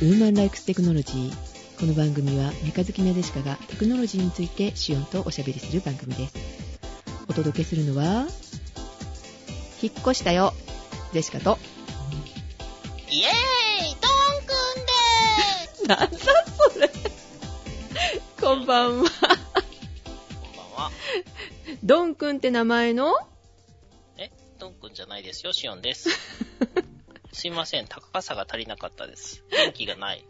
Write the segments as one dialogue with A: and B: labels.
A: The Woman Likes Technology この番組はメカ好きなデシカがテクノロジーについてシオンとおしゃべりする番組ですお届けするのは引っ越したよデシカと
B: イエーイトー
A: な
B: ンくんでーす
A: んだそれこんばんは
B: こんばんは。
A: ドンくんって名前の
B: え、トンくんじゃないですよ、シオンです。すいません、高さが足りなかったです。元気がない。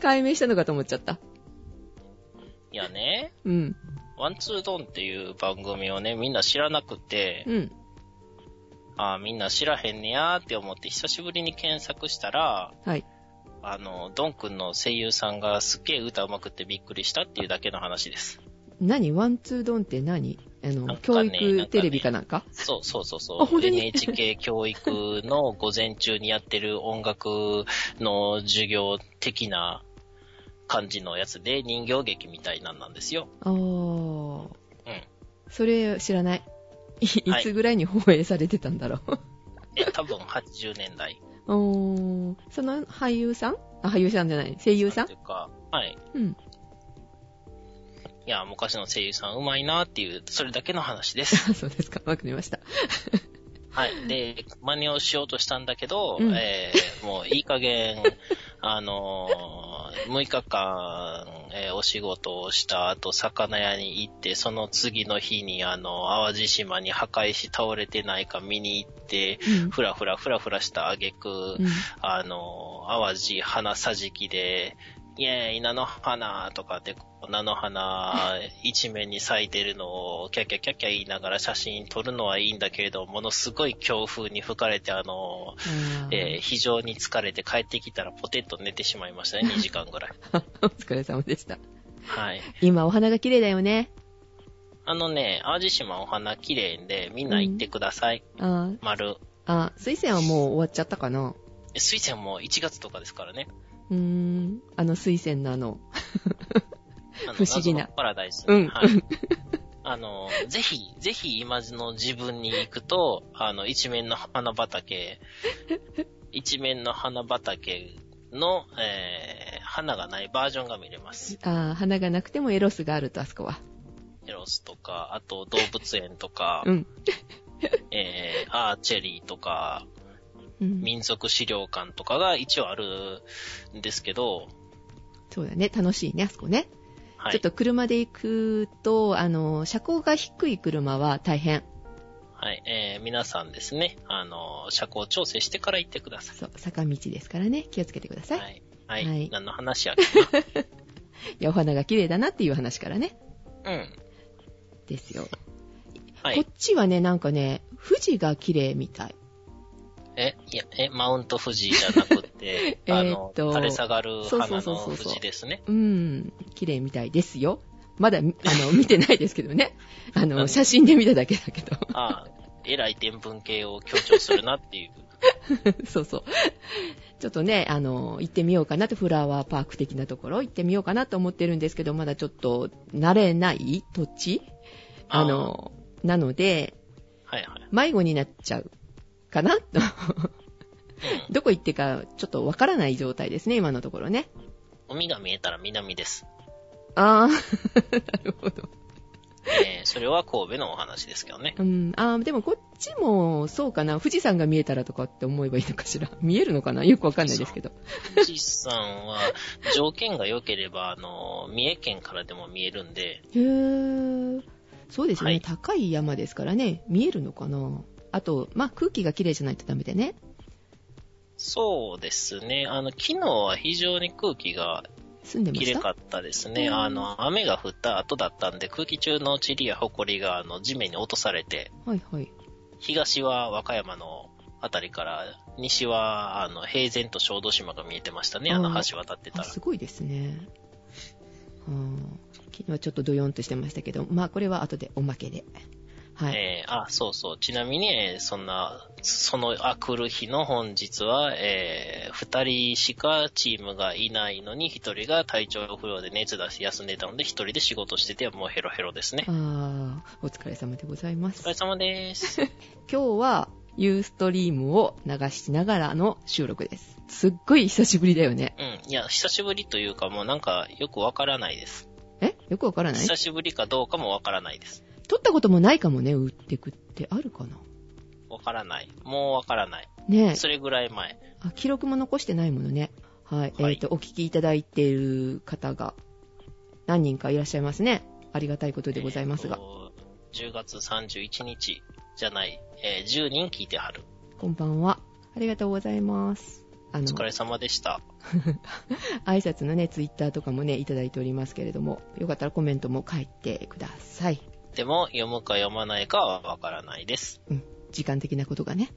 A: 解明したのかと思っちゃった
B: いやね、
A: うん
B: ワンツードンっていう番組をね、みんな知らなくて、
A: うん
B: あーみんな知らへんねやーって思って久しぶりに検索したら、
A: はい
B: あの、ドンくんの声優さんがすっげー歌うまくってびっくりしたっていうだけの話です。
A: 何ワンツードンって何あの、
B: なんかね
A: 教
B: なんか
A: 育
B: ね
A: テレビかなんか
B: そうそうそう
A: あ
B: そ
A: 本
B: う。
A: 当に
B: NHK 教育の午前中にやってる音楽の授業的な感じのやつで人形劇みたいなんな んですよ。
A: あー
B: うん。
A: それ知らないいい
B: はい
A: つぐらいに放映されてたんだろう、
B: え、多分80年代。
A: おーその俳優さんあ、俳優さんじゃない、声優さん
B: というか、はい。
A: うん。
B: いや、昔の声優さんうまいなっていう、それだけの話です。
A: あそうですか、わかりました。
B: はい。で、真似をしようとしたんだけど、
A: うん
B: えーもういい 加減、あのー、6日間、えーお仕事をした後、魚屋に行って、その次の日に、あの、淡路島に破壊し倒れてないか見に行って、
A: うん
B: ふらふらふらふらした挙句、
A: うん
B: あの、淡路花さじきで、イェーイ、菜の花とかで、こう菜の花一面に咲いてるのをキャキャキャキャ言いながら写真撮るのはいいんだけれど、ものすごい強風に吹かれて、あの、
A: あー
B: えー非常に疲れて帰ってきたらポテッと寝てしまいましたね、2時間ぐらい。
A: お疲れ様でした。
B: はい。
A: 今、お花が綺麗だよね。
B: あのね、淡路島お花綺麗で、みんな行ってください。
A: あー
B: 丸。
A: あ、水仙はもう終わっちゃったかな。
B: 水仙も1月とかですからね。
A: うーん、あの水仙のあの、
B: あの
A: 不思議な
B: 謎のパラダイス。
A: うん
B: はい。あの、ぜひ、ぜひ今の自分に行くと、あの、一面の花畑、一面の花畑の、えー、花がないバージョンが見れます。
A: あー花がなくてもエロスがあると、あそこは。
B: エロスとか、あと動物園とか
A: う、ん。
B: えー、アーチェリーとか、
A: うん、
B: 民族資料館とかが一応あるんですけど、
A: そうだね、楽しいね、あそこね。
B: は
A: ちょっ
B: い。
A: と車で行くと、あの、車高が低い車は大変。
B: はい。えー、皆さんですね、あの、車高調整してから行ってください。
A: そう、坂道ですからね、気をつけてください。
B: はい。はい。
A: はい
B: 何の話や
A: い、や、お花が綺麗だなっていう話からね。
B: うん。
A: ですよ。
B: は
A: こ
B: い
A: っ。ちはね、なんかね、富士が綺麗みたい。
B: え、いや、え、マウント富士じゃなくて
A: 、え
B: あ
A: ー
B: の
A: っ、と
B: 垂れ下がる
A: そうそう
B: 花
A: そう
B: の
A: そう
B: 富士ですね。
A: うん、綺麗みたいですよ。まだ、 あの、見てないですけどね。あ
B: う
A: の、
B: ん
A: 写真で見ただけだけど。
B: ああ、えらい天文系を強調するなっ ていう。
A: そうそう。ちょっとね、あの、行ってみようかなと、フラワーパーク的なところ行ってみようかなと思ってるんですけど、まだちょっと慣れない土地あの、なので、
B: はいはい。
A: 迷子になっちゃうかな と。
B: うん。
A: どこ行ってか、ちょっとわからない状態ですね、今のところね。
B: 海が見えたら南です。
A: あー、なるほど。
B: えー、それは神戸のお話ですけど ね。
A: うん、あーでもこっちも、そうかな、富士山が見えたらとかって思えばいいのかしら。 見えるのかなよくわかんないですけど。
B: 富士山は、条件が良ければ、あの、三重県からでも見えるんで、
A: へー。そうですよね、
B: はい
A: 高い山ですからね、見えるのかな。あと、まあ、空気が綺麗じゃないとダメでね。
B: そうですね。あの、昨日は非常に空気が
A: 住んでま
B: 綺
A: し
B: 麗
A: た。
B: かったですね。
A: うん
B: あの、雨が降った後だったんで、空気中の塵や埃があの地面に落とされて、
A: はいはい。
B: 東は和歌山のあたりから、西はあの平然と小豆島が見えてましたね。あの
A: あー
B: 橋渡ってた
A: あ
B: ら。
A: すごいですね。うん昨日はちょっとドヨンとしてましたけど、まあ、これは後でおまけで。はい。
B: えーあ、そうそう。ちなみに、えーそんな、そのあくる日の本日は、えー二人しかチームがいないのに、一人が体調不良で熱出して休んでたので、一人で仕事してて、もうヘロヘロですね。
A: ああ、お疲れ様でございま
B: お
A: す
B: 疲れ。様です。
A: 今日はユーストリームを流しながらの収録です。すっごい久しぶりだよね。
B: うん。いや、久しぶりというか、もうなんか、よくわからないです。
A: えよくわからない
B: 久しぶりかどうかもわからないです。
A: 撮ったこともないかもね、売ってくってあるかな。
B: わからない。もうわからない。
A: ねえ
B: それぐらい前。
A: あ記録も残してないものね。はい。
B: はい
A: えっ、と、お聞きいただいている方が何人かいらっしゃいますね。ありがたいことでございますが。
B: えーと。10月31日じゃない、えー10人聞いてはる。
A: こんばんは。ありがとうございます。あ
B: お
A: の、
B: 疲れ様でした。
A: 挨拶のね、ツイッターとかもね、いただいておりますけれども、よかったらコメントも書いてください。
B: でも、読むか読まないかはわからないです。
A: 時間的なことがね。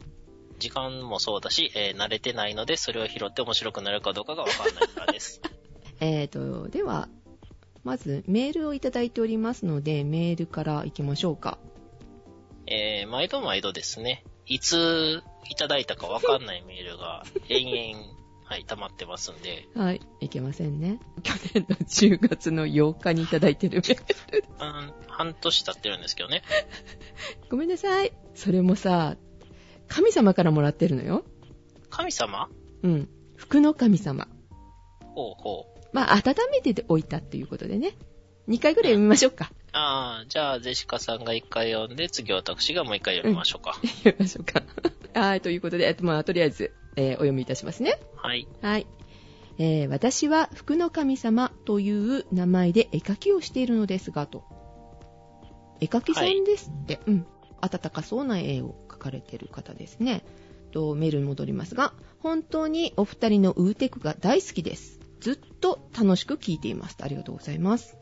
B: 時間もそうだし、えー慣れてないので、それを拾って面白くなるかどうかがわからないからです。
A: えーと、では、まずメールをいただいておりますので、メールから行きましょうか。
B: えー毎度毎度ですね、いついただいたかわかんないメールが延々、はい、溜まってますんで、
A: はい。いけませんね。去年の10月の8日にいただいてる メール。
B: 半半年経ってるんですけどね。
A: ごめんなさい。それもさ、神様からもらってるのよ。
B: 神様
A: うん。服の神様。
B: ほうほう。
A: まあ、温めておいたっていうことでね。2回ぐらい読みましょうか。
B: あー、じゃあ、ゼシカさんが一回読んで、次私がもう一回読みましょうか。
A: 読みましょうか。 はい。ということで、えっと、まあ、とりあえず、えーお読みいたしますね。
B: はい。
A: はい。えー私は福の神様という名前で絵描きをしているのですが、と。絵描きさんですって、うん。温かそうな絵を描かれている方ですね。と、メールに戻りますが、本当にお二人のウーテクが大好きです。ずっと楽しく聞いています。ありがとうございます。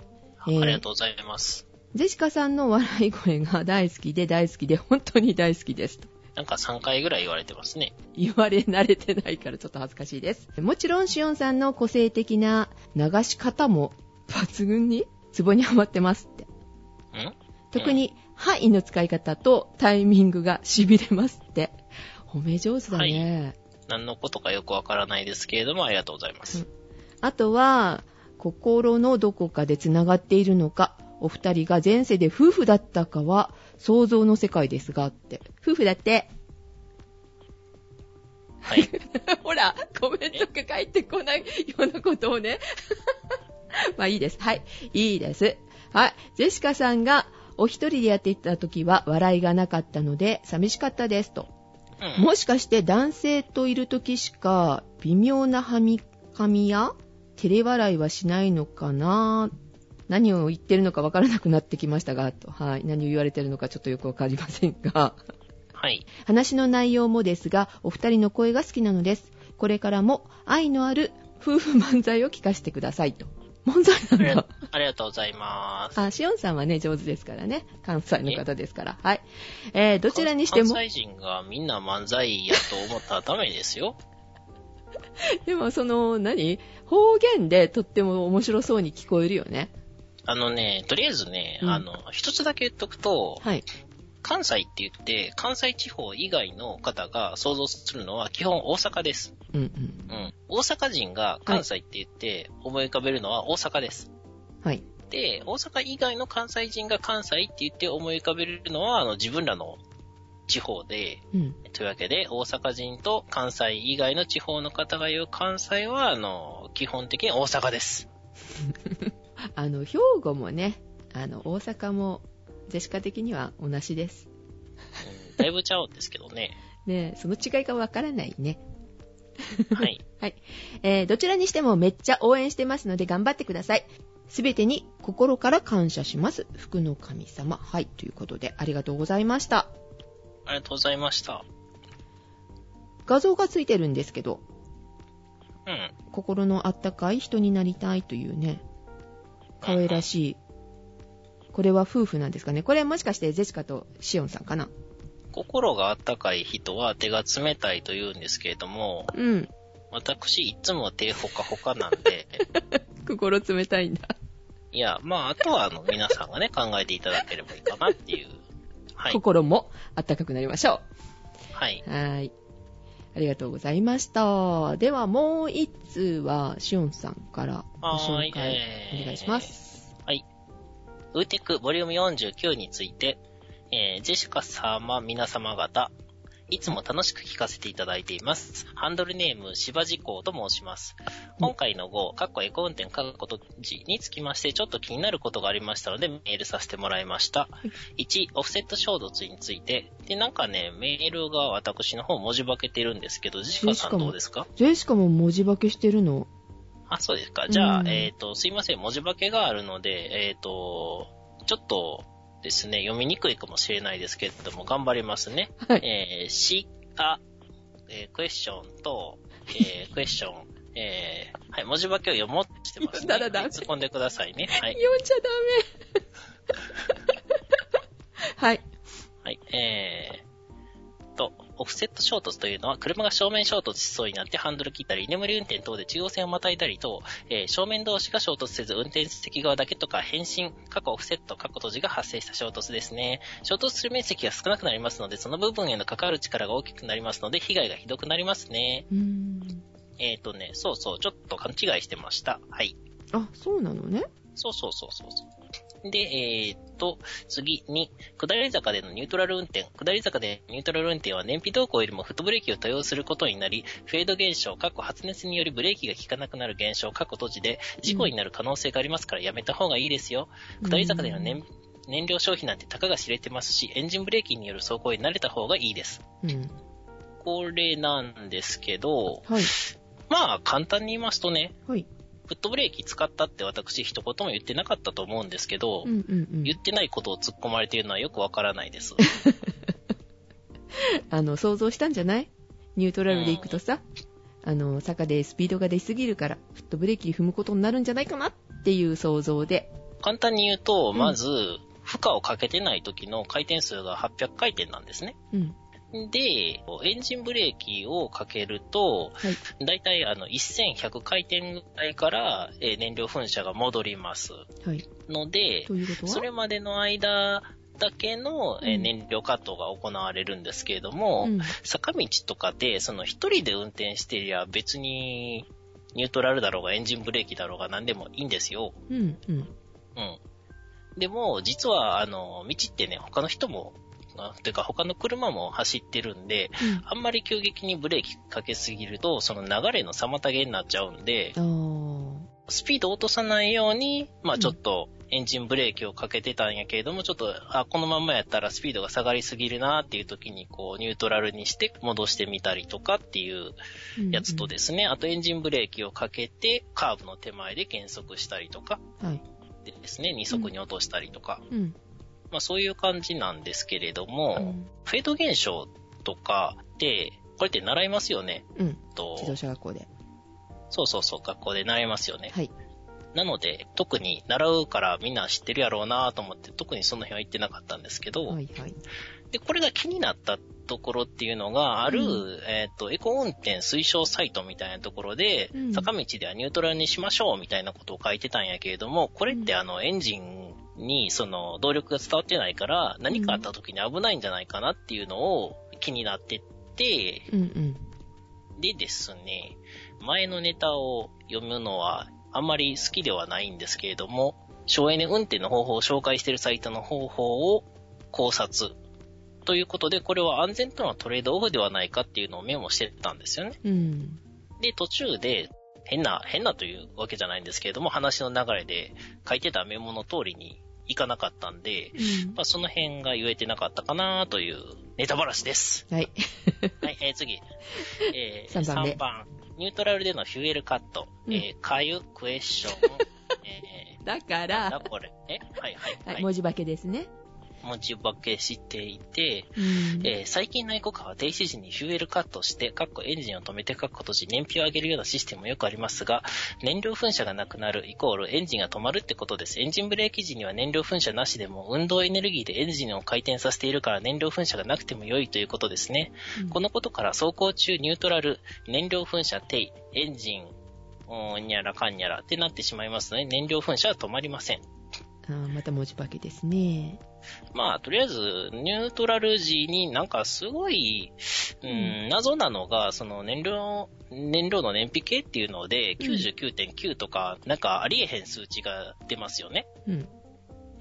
A: えー
B: ありがとうございます。
A: ジェシカさんの笑い声が大好きで大好きで本当に大好きです。と
B: なんか3回ぐらい言われてますね。
A: 言われ慣れてないからちょっと恥ずかしいです。もちろん、しおんさんの個性的な流し方も抜群にツボにはまってますって。
B: ん
A: 特に、範囲の使い方とタイミングが痺れますって。褒め上手だね。
B: 何のことかよくわからないですけれども、ありがとうございます。
A: あとは、心のどこかで繋がっているのか、お二人が前世で夫婦だったかは想像の世界ですがって。夫婦だって。
B: はい。
A: ほら、コメントが返ってこないようなことをね。 まあいいです。はい。いいです。はい。ジェシカさんがお一人でやっていた時は笑いがなかったので寂しかったですと。
B: うん。
A: もしかして男性といる時しか微妙なはみかみや照れ笑いはしないのかな何を言ってるのかわからなくなってきましたが、と。はい。何を言われてるのかちょっとよくわかりませんが。
B: はい。
A: 話の内容もですが、お二人の声が好きなのです。これからも愛のある夫婦漫才を聞かせてくださいと。漫才
B: あ
A: な
B: り
A: んだ
B: が。ありがとうございます。
A: あ、しおんさんはね、上手ですからね。関西の方ですから。はい。えー、どちらにしても
B: 関、西人がみんな漫才やと思ったらダメですよ。
A: でもその、何方言でとっても面白そうに聞こえるよね。
B: あのね、とりあえずね、
A: うん
B: あの、一つだけ言っとくと、
A: はい。
B: 関西って言って、関西地方以外の方が想像するのは基本大阪です。
A: うんうん。
B: うん。大阪人が関西って言って思い浮かべるのは大阪です。
A: はい。
B: で、大阪以外の関西人が関西って言って思い浮かべるのは、あの、自分らの地方で、
A: うん。
B: というわけで、大阪人と関西以外の地方の方が言う関西は、あの、基本的に大阪です。
A: あの、兵庫もね、あの、大阪も、ジェシカ的には同じです。
B: うんだいぶちゃうんですけど ね。
A: ねその違いがわからないね。
B: はい。
A: えーどちらにしてもめっちゃ応援してますので頑張ってください。すべてに心から感謝します。福の神様。はい。ということで、ありがとうございました。
B: ありがとうございました。
A: 画像がついてるんですけど、
B: うん。
A: 心のあったかい人になりたいというね、可愛らしい。これは夫婦なんですかね。これはもしかしてジェシカとシオンさんかな。
B: 心があったかい人は手が冷たいと言うんですけれども、
A: うん。
B: 私いつも手ほかほかなん で、
A: 心冷たいんだ。
B: いや、まあ、あとはあの、皆さんがね、考えていただければいいかなっていう。はい。
A: 心もあったかくなりましょう。
B: はい。
A: はい。ありがとうございました。ではもう一通は、しおんさんからご
B: はー
A: 紹
B: い。
A: 介
B: えー
A: お願いします。
B: ウーテックボリューム49について、えージェシカ様皆様方、いつも楽しく聞かせていただいています。ハンドルネーム、しばじこうと申します。今回の5、かっこエコ運転かっことじにつきまして、ちょっと気になることがありましたので、メールさせてもらいました。1、オフセット衝突について。で、なんかね、メールが私の方文字化けてるんですけど、ジシカさんどうですか
A: ジェシカも文字化けしてるの
B: あ、そうですか。じゃあ、
A: うん
B: えっ、と、すいません、文字化けがあるので、えっ、と、ちょっとですね、読みにくいかもしれないですけれども、頑張りますね。
A: はい。
B: えー、し、あ、えークエスチョンと、え ークエスチョン、えーはい、文字化けを読もうとして ますね。
A: だらだら
B: はい突っ込んでくださいね。は
A: 読
B: い。
A: んじゃダメ。はい。
B: はい、えー、と、オフセット衝突というのは、車が正面衝突しそうになってハンドル切ったり、居眠り運転等で中央線をまたいだりと、えー正面同士が衝突せず、運転席側だけとか、変身、過去オフセット、過去閉じが発生した衝突ですね。衝突する面積が少なくなりますので、その部分への関わる力が大きくなりますので、被害がひどくなりますね。
A: うーん。
B: えーとね、そうそう、ちょっと勘違いしてました。はい。
A: あ、そうなのね。
B: そうそうそうそうそう。で、えーっと、次に、下り坂でのニュートラル運転。下り坂でニュートラル運転は燃費動向よりもフットブレーキを多用することになり、フェード現象、過去発熱によりブレーキが効かなくなる現象、過去閉じで、事故になる可能性がありますからやめた方がいいですよ。下り坂での燃燃料消費なんてたかが知れてますし、エンジンブレーキによる走行に慣れた方がいいです。
A: うん。
B: これなんですけど、
A: はい。
B: まあ簡単に言いますとね、
A: はい。
B: フットブレーキ使ったって私一言も言ってなかったと思うんですけど、
A: うんうんうん。
B: 言ってないことを突っ込まれているのはよくわからな いです。
A: あの、想像したんじゃないニュートラルで行くとさ、あの、坂でスピードが出すぎるから、フットブレーキ踏むことになるんじゃないかなっていう想像で。
B: 簡単に言うと、
A: うん
B: まず、負荷をかけてない時の回転数が800回転なんですね。
A: うん。
B: で、エンジンブレーキをかけると、
A: はい。
B: だいたいあの1100回転ぐらいからえー燃料噴射が戻ります。
A: はい。
B: ので、
A: ということは
B: それまでの間だけのえー
A: うん
B: 燃料稼働が行われるんですけれども、
A: うん、
B: 坂道とかで、その一人で運転してりゃ別に、ニュートラルだろうがエンジンブレーキだろうが何でもいいんですよ。
A: うん、うん。
B: うん。でも、実は、あの、道ってね、他の人も、あというか他の車も走ってるんで、あんまり急激にブレーキかけすぎると、その流れの妨げになっちゃうんで、
A: うん、あ
B: スピードを落とさないように、ま
A: う
B: あ
A: ん
B: ちょっとエンジンブレーキをかけてたんやけれども、ちょっと、あ、このまんまやったらスピードが下がりすぎるなっていう時に、こう、ニュートラルにして戻してみたりとかっていう
A: ー。
B: やつとですすね、あとエンジンブレーキをかけて、カーブの手前で減速したりとか
A: はい。
B: でですね、2速に落としたりとか、
A: うん。
B: まあそういう感じなんですけれど
A: う
B: も、
A: ん。
B: フェード現象とかって、これって習いますよね。
A: うん。
B: と
A: 自動車学校で。
B: そうそうそう、学校で習いますよね。
A: はい。
B: なので、特に習うからみんな知ってるやろうなと思って、特にその辺は言ってなかったんですけど、
A: はい、はい。
B: で、これが気になったところっていうのが、ある、
A: う
B: えっ、と、エコ運転推奨サイトみたいなところで、
A: うん
B: 坂道ではニュートラルにしましょうみたいなことを書いてたんやけれども、これってあの、エンジンにその動力が伝わってないから、何かあった時に危ないんじゃないかなっていうのを気になってて、
A: うん、うん。
B: でですね、前のネタを読むのはあんまり好きではないんですけれども、省エネ運転の方法を紹介しているサイトの方法を考察。ということで、これは安全とのトレードオフではないかっていうのをメモしてたんですよね。
A: うん。
B: で、途中で、変な、変なというわけじゃないんですけれども、話の流れで書いてたメモの通りにいかなかったんで、
A: うん
B: まあ、その辺が言えてなかったかなというネタバラシです。
A: はい。
B: はい、えー次。えー、
A: 三番目
B: 三ニュートラルでのフュエルカット。
A: うん
B: えー、かゆ、クエスチ ョン。え
A: だか
B: ー、なん
A: ら
B: だ、これ。えはいはい
A: は、
B: はいい。
A: 文字化けですね。
B: 文字化けしていて、
A: うん。
B: えー最近のエコカーは停止時にフュエルカットして、かっこエンジンを止めてかっこ閉じ燃費を上げるようなシステムもよくありますが、燃料噴射がなくなるイコールエンジンが止まるってことです。エンジンブレーキ時には燃料噴射なしでも運動エネルギーでエンジンを回転させているから燃料噴射がなくても良いということですね。
A: うん
B: このことから走行中ニュートラル、燃料噴射停、エンジン、うーんにゃらかんにゃらってなってしまいますので、燃料噴射は止まりません。
A: あーまた文字化けですね。
B: まあ、とりあえず、ニュートラル時になんかすごい、う
A: う
B: ーん、謎なのが、その燃料、燃料の燃費系っていうので、99.9とか、なんかありえへん数値が出ますよね。
A: うん。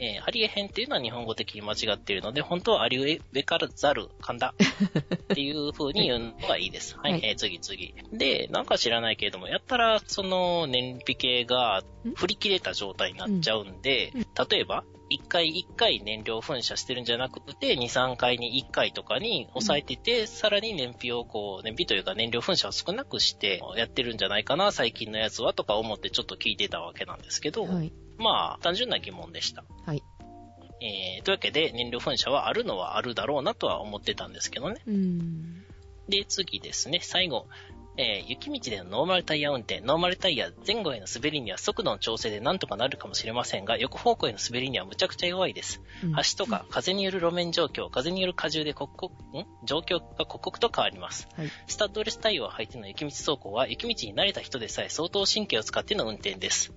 B: えーありえへんっていうのは日本語的に間違っているので、本当はありえからざる、かん だっていう風に言うのがいいです。はい、
A: はい
B: えー次次。で、なんか知らないけれども、やったら、その、燃費系が振り切れた状態になっちゃうんで、例えば、1回1回燃料噴射してるんじゃなくて、2、3回に1回とかに抑えてて、さらに燃費をこう、燃費というか燃料噴射を少なくしてやってるんじゃないかな、最近のやつはとか思ってちょっと聞いてたわけなんですけど、
A: はい。
B: まあ、単純な疑問でした。
A: はい。
B: えー、というわけで、燃料噴射はあるのはあるだろうなとは思ってたんですけどね。
A: うーん。
B: で、次ですね、最後。えー、雪道でのノーマルタイヤ運転。ノーマルタイヤ前後への滑りには速度の調整でなんとかなるかもしれませんが、横方向への滑りにはむちゃくちゃ弱いです。
A: うん
B: 橋とか風による路面状況、風による荷重で刻々、ん状況が刻々と変わります。
A: はい。
B: スタッドレスタイヤを履いての雪道走行は、雪道に慣れた人でさえ相当神経を使っての運転です。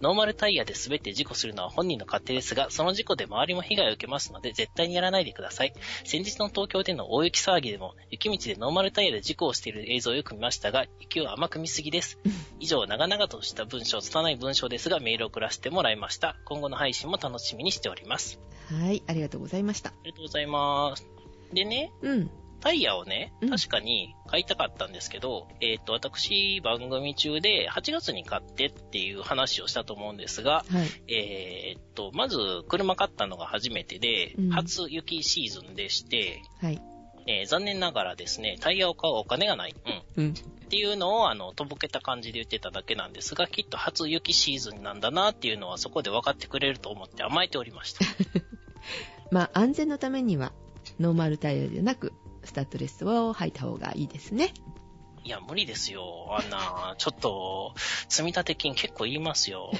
B: ノーマルタイヤで滑って事故するのは本人の勝手ですが、その事故で周りも被害を受けますので、絶対にやらないでください。先日の東京での大雪騒ぎでも、雪道でノーマルタイヤで事故をしている映像をよく見ましたが、雪を甘く見すぎです。以上、長々とした文章、拙い文章ですが、メールを送らせてもらいました。今後の配信も楽しみにしております。
A: はい。ありがとうございました。
B: ありがとうございます。でね、
A: うん。
B: タイヤをね
A: うん、
B: 確かに買いたかったんですけど、えっ、と、私、番組中で8月に買ってっていう話をしたと思うんですが、
A: はい。
B: えっ、と、まず、車買ったのが初めてで、
A: うん
B: 初雪シーズンでして、
A: はい。
B: えー残念ながらですね、タイヤを買うお金がない。うん。
A: うん。
B: っていうのを、あの、とぼけた感じで言ってただけなんですが、きっと初雪シーズンなんだなっていうのはそこで分かってくれると思って甘えておりました。
A: まあ、安全のためには、ノーマルタイヤじゃなく、スタッドレスを履いた方がいいですね。
B: いや、無理ですよ。あんな、ちょっと、積立金結構言いま すよ。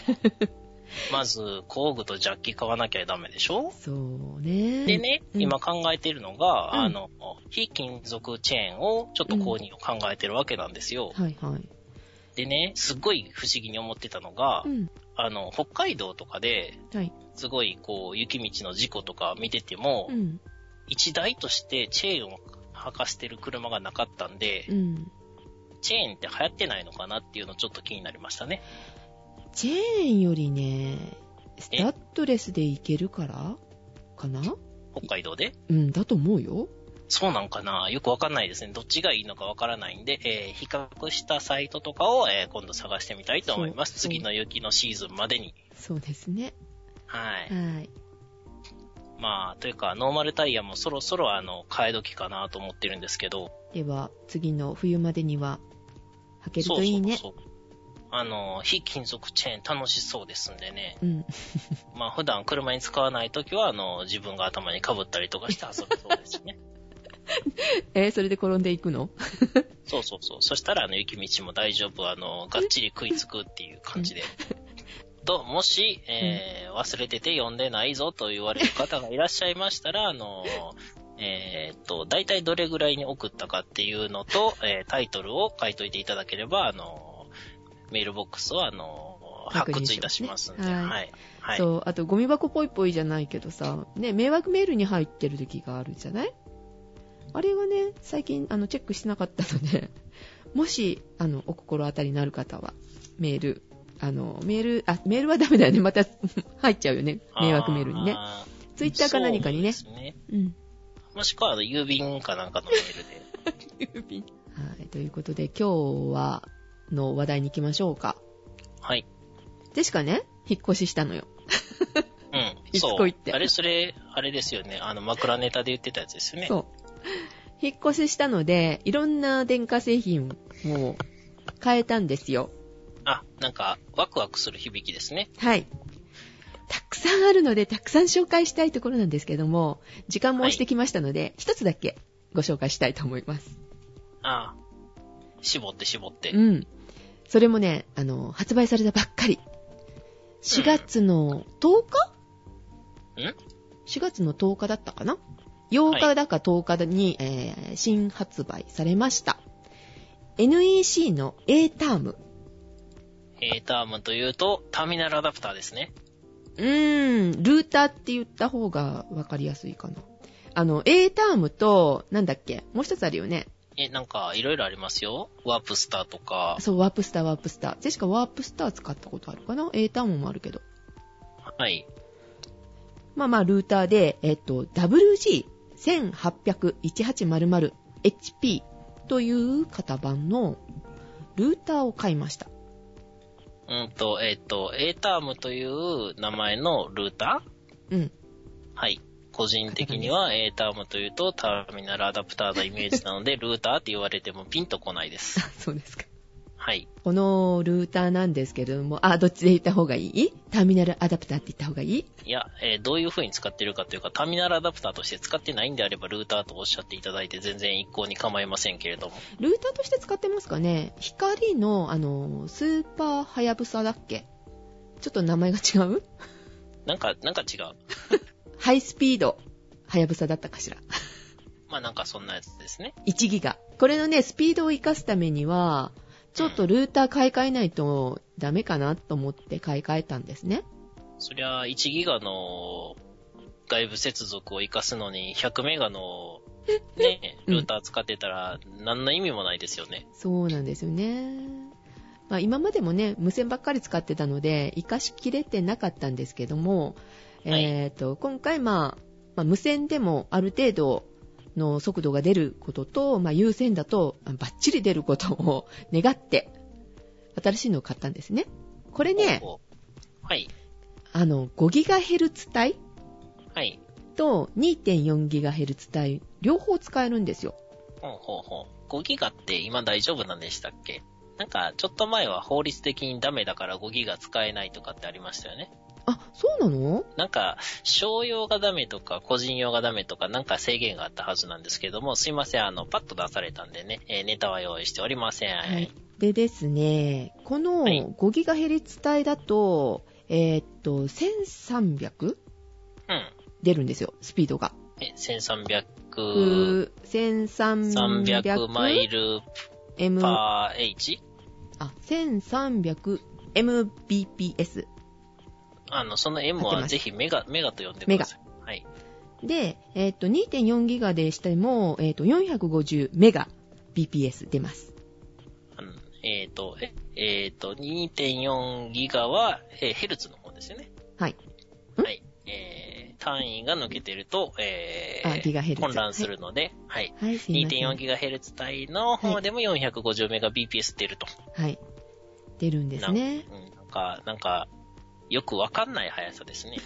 B: まず、工具とジャッキ買わなきゃダメでしょ
A: そうね。
B: でね、
A: うん
B: 今考えてるのが、
A: うん
B: あの、非金属チェーンをちょっと購入を考えてるわけなんですよ。
A: はいはい。
B: でね、すっごい不思議に思ってたのが、
A: うん。
B: あの、北海道とかで、
A: はい。
B: すごいこう、雪道の事故とか見てても、
A: うん。
B: 一台としてチェーンを履かせてる車がなかったんで、
A: うん。
B: チェーンって流行ってないのかなっていうのちょっと気になりましたね。
A: チェーンよりね、スタッドレスでいけるからかな
B: 北海道で
A: うん、だと思うよ。
B: そうなんかなよくわかんないですね。どっちがいいのかわからないんで、えー比較したサイトとかを、えー今度探してみたいと思います。
A: そう
B: 次の雪のシーズンまでに。
A: そうですね。
B: はい。
A: はい。
B: まあ、というか、ノーマルタイヤもそろそろ、あの、替え時かなと思ってるんですけど。
A: では、次の冬までには、履けるといいね。
B: そうそうそう。あの、非金属チェーン楽しそうですんでね。
A: うん。
B: まあ、普段車に使わないときは、あの、自分が頭に被ったりとかして遊ぶそうですね。
A: えーそれで転んでいくの
B: そうそうそう。そしたら、あの、雪道も大丈夫。あの、がっちり食いつくっていう感じで。と、もし、えー忘れてて読んでないぞと言われる方がいらっしゃいましたら、あの、えーっと、大体どれぐらいに送ったかっていうのと、えータイトルを書いといていただければ、あの、メールボックスを、あの、
A: 確
B: 発
A: 認
B: 掘
A: し
B: い
A: ま
B: た
A: す
B: し
A: ね
B: ますんで、
A: はい
B: はい。はい。
A: そう、あとゴミ箱ぽいぽいじゃないけどさ、ね、迷惑メールに入ってる時があるじゃないあれはね、最近、あの、チェックしてなかったので、 もし、あの、お心当たりのある方は、メール、あの、メール、あ、メールはダメだよね。また 入っちゃうよね。迷惑メールにね。
B: あー。
A: ツイッターか何かにね。
B: そうですね。
A: うん。
B: もしくは、あの、郵便かなんかのメールで。
A: はい、ということで、今日は、の話題に行きましょうか。
B: はい。
A: でしかね、引っ越ししたのよ。
B: う
A: いつ
B: ん、そ
A: こ
B: う
A: いって
B: あれ、それ、あれですよね。あの、枕ネタで言ってたやつですよね。
A: そう。引っ越ししたので、いろんな電化製品をもう変えたんですよ。
B: あ、なんか、ワクワクする響きですね。
A: はい。たくさんあるので、たくさん紹介したいところなんですけども、時間も押してきましたので、一、つだけご紹介したいと思います。
B: ああ絞って絞って。
A: うん。それもね、あの、発売されたばっかり。4月の10日
B: ん
A: ?4 月の10日だったかな ?8 日だか10日に、えー新発売されました。NEC の A ターム。
B: えー、タームというと、ターミナルアダプターですね。
A: うーん、ルーターって言った方がわかりやすいかな。あの、A タームと、なんだっけもう一つあるよね。
B: え、なんか、いろいろありますよ。ワープスターとか。
A: そう、ワープスター、ワープスター。ジェシカワープスター使ったことあるかな ?A タームもあるけど。
B: はい。
A: まあまあ、ルーターで、えっと、WG1800-1800HP という型番のルーターを買いました。
B: うんと、えっ、と、A タームという名前のルータ
A: う
B: ー
A: ん。
B: はい。個人的 には A タームというとターミナルアダプターのイメージなので、ルーターって言われてもピンとこないです。
A: そうですか。
B: はい。
A: このルーターなんですけれども、あ、どっちで言った方がいいターミナルアダプターって言った方がいい
B: いや、えーどういう風に使ってるかというか、ターミナルアダプターとして使ってないんであれば、ルーターとおっしゃっていただいて全然一向に構いませんけれども。
A: ルーターとして使ってますかね光の、あの、スーパーハヤブサだっけちょっと名前が違う
B: なんか、なんか違う。
A: ハイスピード、ハヤブサだったかしら。
B: まあなんかそんなやつですね。
A: 1ギガ。これのね、スピードを活かすためには、ちょっとルーター買い替えないとダメかなと思って買い替えたんですね。
B: そりゃ、1ギガの外部接続を活かすのに、100メガの、ね、
A: うん
B: ルーター使ってたら、何の意味もないですよね。
A: そうなんですよね。まあ、今までもね、無線ばっかり使ってたので、活かしきれてなかったんですけども、
B: はい
A: えっ、と、今回、まあ、まあ無線でもある程度の速度が出ることと、まあ、有線だとあバッチリ出ることを 願って、新しいのを買ったんですね。これね、
B: ほうほうはい。
A: あの、5GHz 帯
B: はい。
A: と 2.4GHz 帯、両方使えるんですよ。
B: ほうほうほう。5ギガって今大丈夫なんでしたっけなんか、ちょっと前は法律的にダメだから5ギガ使えないとかってありましたよね。
A: あ、そうなの
B: なんか、商用がダメとか、個人用がダメとか、なんか制限があったはずなんですけども、すいません、あの、パッと出されたんでね、えーネタは用意しておりません。
A: はい。でですね、この
B: はい
A: 5GHz 帯だと、えーっと、1300
B: うん。
A: 出るんですよ、スピードが。
B: え、1300、300マイ
A: 1300M、
B: ル
A: M あ、
B: パー H?
A: 1300MBPS。
B: あの、その M
A: 合って
B: は
A: ます
B: ぜひメガ、メガと呼んでください。はい。
A: で、えーっと、2.4ギガでしても、えーっと、450MBPS 出ます。
B: あのえっ、と、ええーと、2.4ギガは、えーヘルツの方ですよね。
A: はい。ん
B: はい。えー、単位が抜けてると、え
A: あギガヘル
B: ー、
A: ツ
B: 混乱するので、はい。
A: はい、すいません。
B: 2.4ギガヘルツ帯の方でも 450Mbps 出ると。
A: はい。出るんですね。
B: うん、なんか、なんか、よくわかんない速さですね。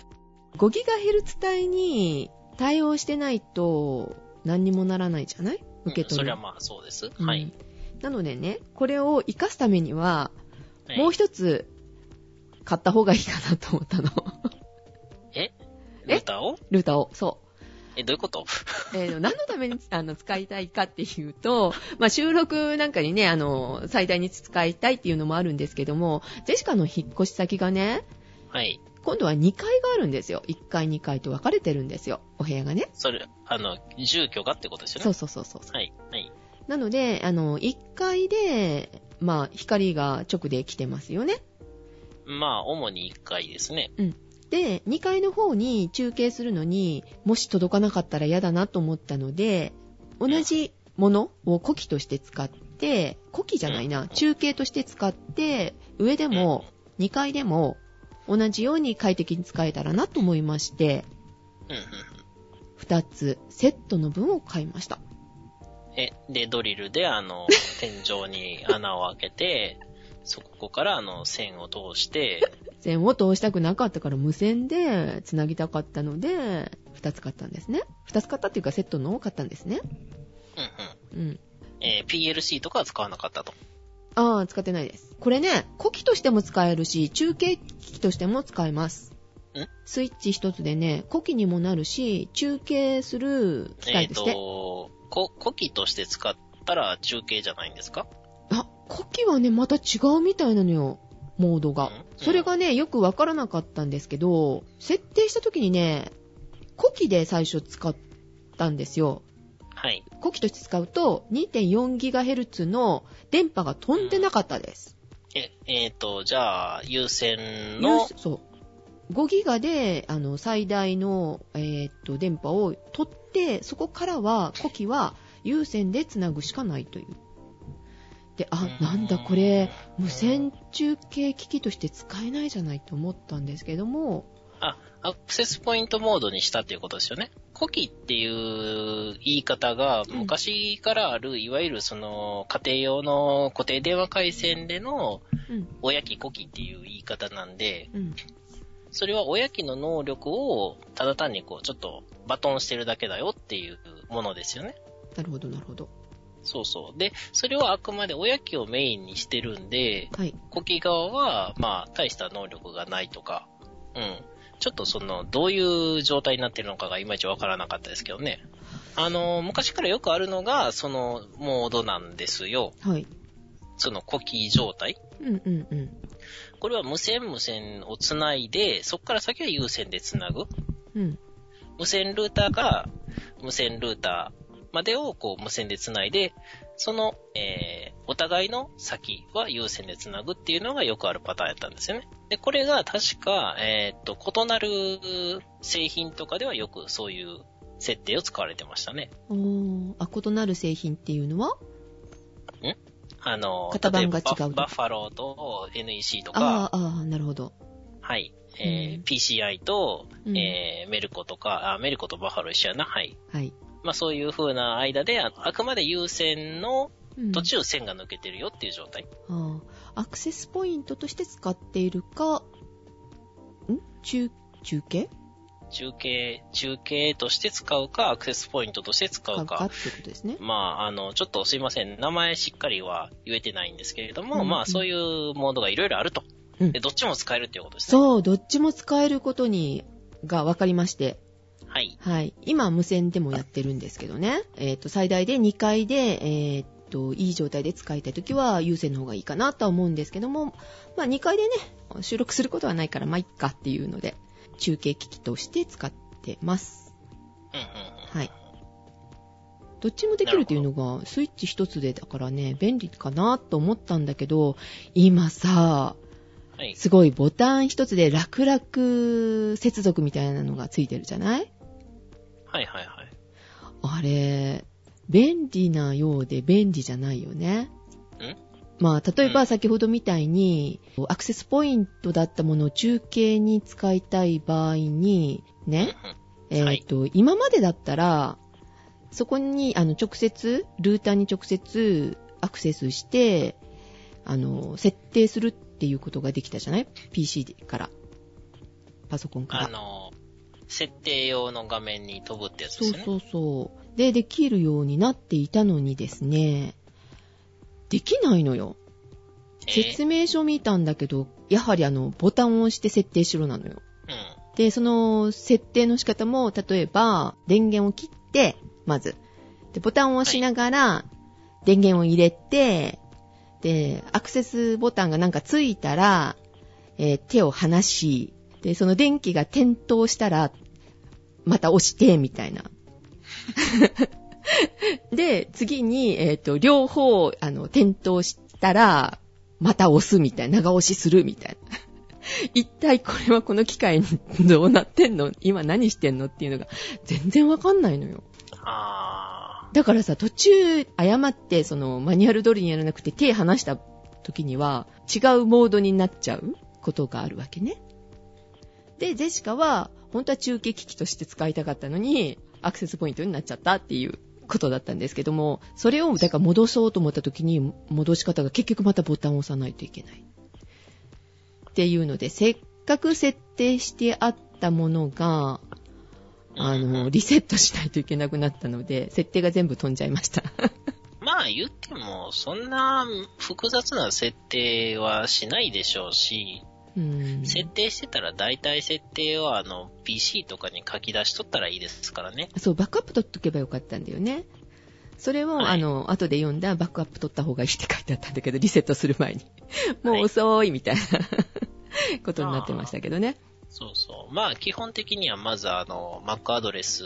A: 5GHz 帯に対応してないと何にもならないじゃない受け
B: うんそ
A: 取
B: れ
A: る。
B: はまあそうです。
A: うん
B: はい。
A: なのでね、これを活かすためには、
B: はい
A: もう一つ買った方がいいかなと思ったの。
B: ルーターを
A: ルーターを。そう。
B: え、どういうこと
A: えー何のために あの使いたいかっていうと、まあ、収録なんかにね、あの、最大に使いたいっていうのもあるんですけども、ジェシカの引っ越し先がね、
B: はい。
A: 今度は2階があるんですよ。1階、2階と分かれてるんですよ。お部屋がね。
B: それ、あの、住居がってことですよ
A: そう
B: ね。
A: そうそうそう。
B: はい。はい。
A: なので、あの、1階で、まあ、光が直で来てますよね。
B: まあ、主に1回ですね。
A: で、2階の方に中継するのに、もし届かなかったら嫌だなと思ったので、同じものを古希として使って、古希じゃないな、中継として使って、上でも2階でも同じように快適に使えたらなと思いまして、
B: うんうん
A: 2つセットの分を買いました。
B: うん。え、で、ドリルで、あの、天井に穴を開けて、そこから、あの、線を通して、
A: 線を通したくなかったから無線で繋ぎたかったので、2つ買ったんですね。2つ買ったっていうかセットのを買ったんですね。
B: うん
A: うん。
B: うん。えー PLC とかは使わなかったと。
A: ああ、使ってないです。これね、古希としても使えるし、中継機器としても使えます。
B: ん
A: スイッチ一つでね、古希にもなるし、中継する機
B: え
A: 械
B: っ、
A: として。
B: と、こ、古希として使ったら中継じゃないんですか
A: あ、古希はね、また違うみたいなのよ、モード
B: う
A: が
B: ん。
A: それがね、よくわからなかったんですけど、設定した時にね、古希で最初使ったんですよ。
B: はい。
A: 古希として使うと 2.4GHz の電波が飛んでなかったです。
B: え、えっ、と、じゃあ、優先
A: 有
B: の、
A: 線そう。5ギガで、あの、最大の、えーっと、電波を取って、そこからは、古希は有線で繋ぐしかないという。で、あ、なんだこれ、無線中継機器として使えないじゃないと思ったんですけども、
B: あ、アクセスポイントモードにしたっていうことですよね。古希っていう言い方が
A: うん
B: 昔からある、いわゆるその家庭用の固定電話回線での
A: うん。
B: 親機古希っていう言い方なんで、
A: うん。
B: それは親機の能力をただ単にこうちょっとバトンしてるだけだよっていうものですよね。
A: なるほど、なるほど。
B: そうそう。で、それはあくまで親機をメインにしてるんで、
A: はい。
B: コキ側は、まあ、大した能力がないとか、うん。ちょっとその、どういう状態になってるのかがいまいちわからなかったですけどね。あの、昔からよくあるのが、その、モードなんですよ。
A: はい。
B: その、コキ状態。
A: うんうんうん。
B: これは無線無線をつないで、そこから先は有線でつなぐ。
A: うん。
B: 無線ルーターが、無線ルーターまでをこう無線でつないで、その、えー、お互いの先は有線でつなぐっていうのがよくあるパターンやったんですよね。で、これが確か、えーっと、異なる製品とかではよくそういう設定を使われてましたね。
A: おーあ、異なる製品っていうのは
B: あの、
A: 型番が
B: 例えば
A: 違うと
B: バッファローと NEC と
A: あ
B: か、
A: あ、ああ、なるほど。
B: はい、
A: う
B: えー
A: ん
B: PCI と、
A: うん
B: えーメルコとか、あ、メルコとバッファロー一緒やな、はい。
A: はい。
B: まあそういう風な間で、ああくまで優先の
A: うん
B: 途中線が抜けてるよっていう状態。
A: ああアクセスポイントとして使っているか、ん中、中継
B: 中継、中継として使うか、アクセスポイントとして使う
A: か
B: か
A: っ。ていうことですね。
B: まあ、あの、ちょっとすいません。名前しっかりは言えてないんですけれども、
A: うん
B: まあ、そういうモードがいろいろあると。
A: うん
B: で、どっちも使えるっていうことですね。
A: そう、どっちも使えることに、が分かりまして。
B: はい。
A: はい。今、無線でもやってるんですけどね。えっ、と、最大で2回で、えっ、と、いい状態で使いたいときは、有線の方がいいかなとは思うんですけども、まあ、2回でね、収録することはないから、まあ、いっかっていうので、中継機器として使ってます。
B: うんうんうん。
A: はい。どっちもできるっていうのが、スイッチ一つで、だからね、便利かなと思ったんだけど、今さ、
B: はい。
A: すごいボタン一つで楽々接続みたいなのがついてるじゃない
B: はいはいはい。
A: あれ、便利なようで便利じゃないよね。まあ、例え
B: う
A: ば
B: ん
A: 先ほどみたいに、アクセスポイントだったものを中継に使いたい場合に、ね、えっ、
B: はい
A: と、今までだったら、そこに、あの、直接、ルーターに直接アクセスして、あの、設定するっていうことができたじゃない ?PC から。パソコンか
B: あ
A: ら。
B: の、設定用の画面に飛ぶってやつで
A: そう
B: すよね。
A: そうそう。で、できるようになっていたのにですね、できないのよ。説
B: え
A: 明書見たんだけど、やはりあの、ボタンを押して設定しろなのよ。
B: ー
A: で、その設定の仕方も、例えば、電源を切って、まず。で、ボタンを押しながら、電源を入れて、で、アクセスボタンがなんかついたら、えー手を離し、で、その電気が点灯したら、また押して、みたいな。 で、次に、えっ、と、両方、あの、点灯したら、また押すみたいな、長押しするみたいな。一体これはこの機械にどうなってんの今何してんのっていうのが全然わかんないのよ。
B: うん。あ
A: だからさ、途中誤ってそのマニュアル通りにやらなくて手離した時には違うモードになっちゃうことがあるわけね。で、ジェシカは本当は中継機器として使いたかったのにアクセスポイントになっちゃったっていうことだったんですけども、それをだから戻そうと思った時に戻し方が結局またボタンを押さないといけない。っていうので、せっかく設定してあったものが、
B: ー
A: あ
B: うんう
A: の、
B: ん
A: リセットしないといけなくなったので、設定が全部飛んじゃいました。
B: まあ言っても、そんな複雑な設定はしないでしょうし、
A: うん。
B: 設定してたら大体設定をあの PC とかに書き出しとったらいいですからね。
A: そう、バックアップ取っとけばよかったんだよね。それを、
B: はい
A: あの、後で読んだバックアップ取った方がいいって書いてあったんだけど、 リセットする前に。もう
B: はい
A: 遅いみたいな ことになってましたけどね。
B: そうそう。まあ基本的にはまずあの Mac アドレス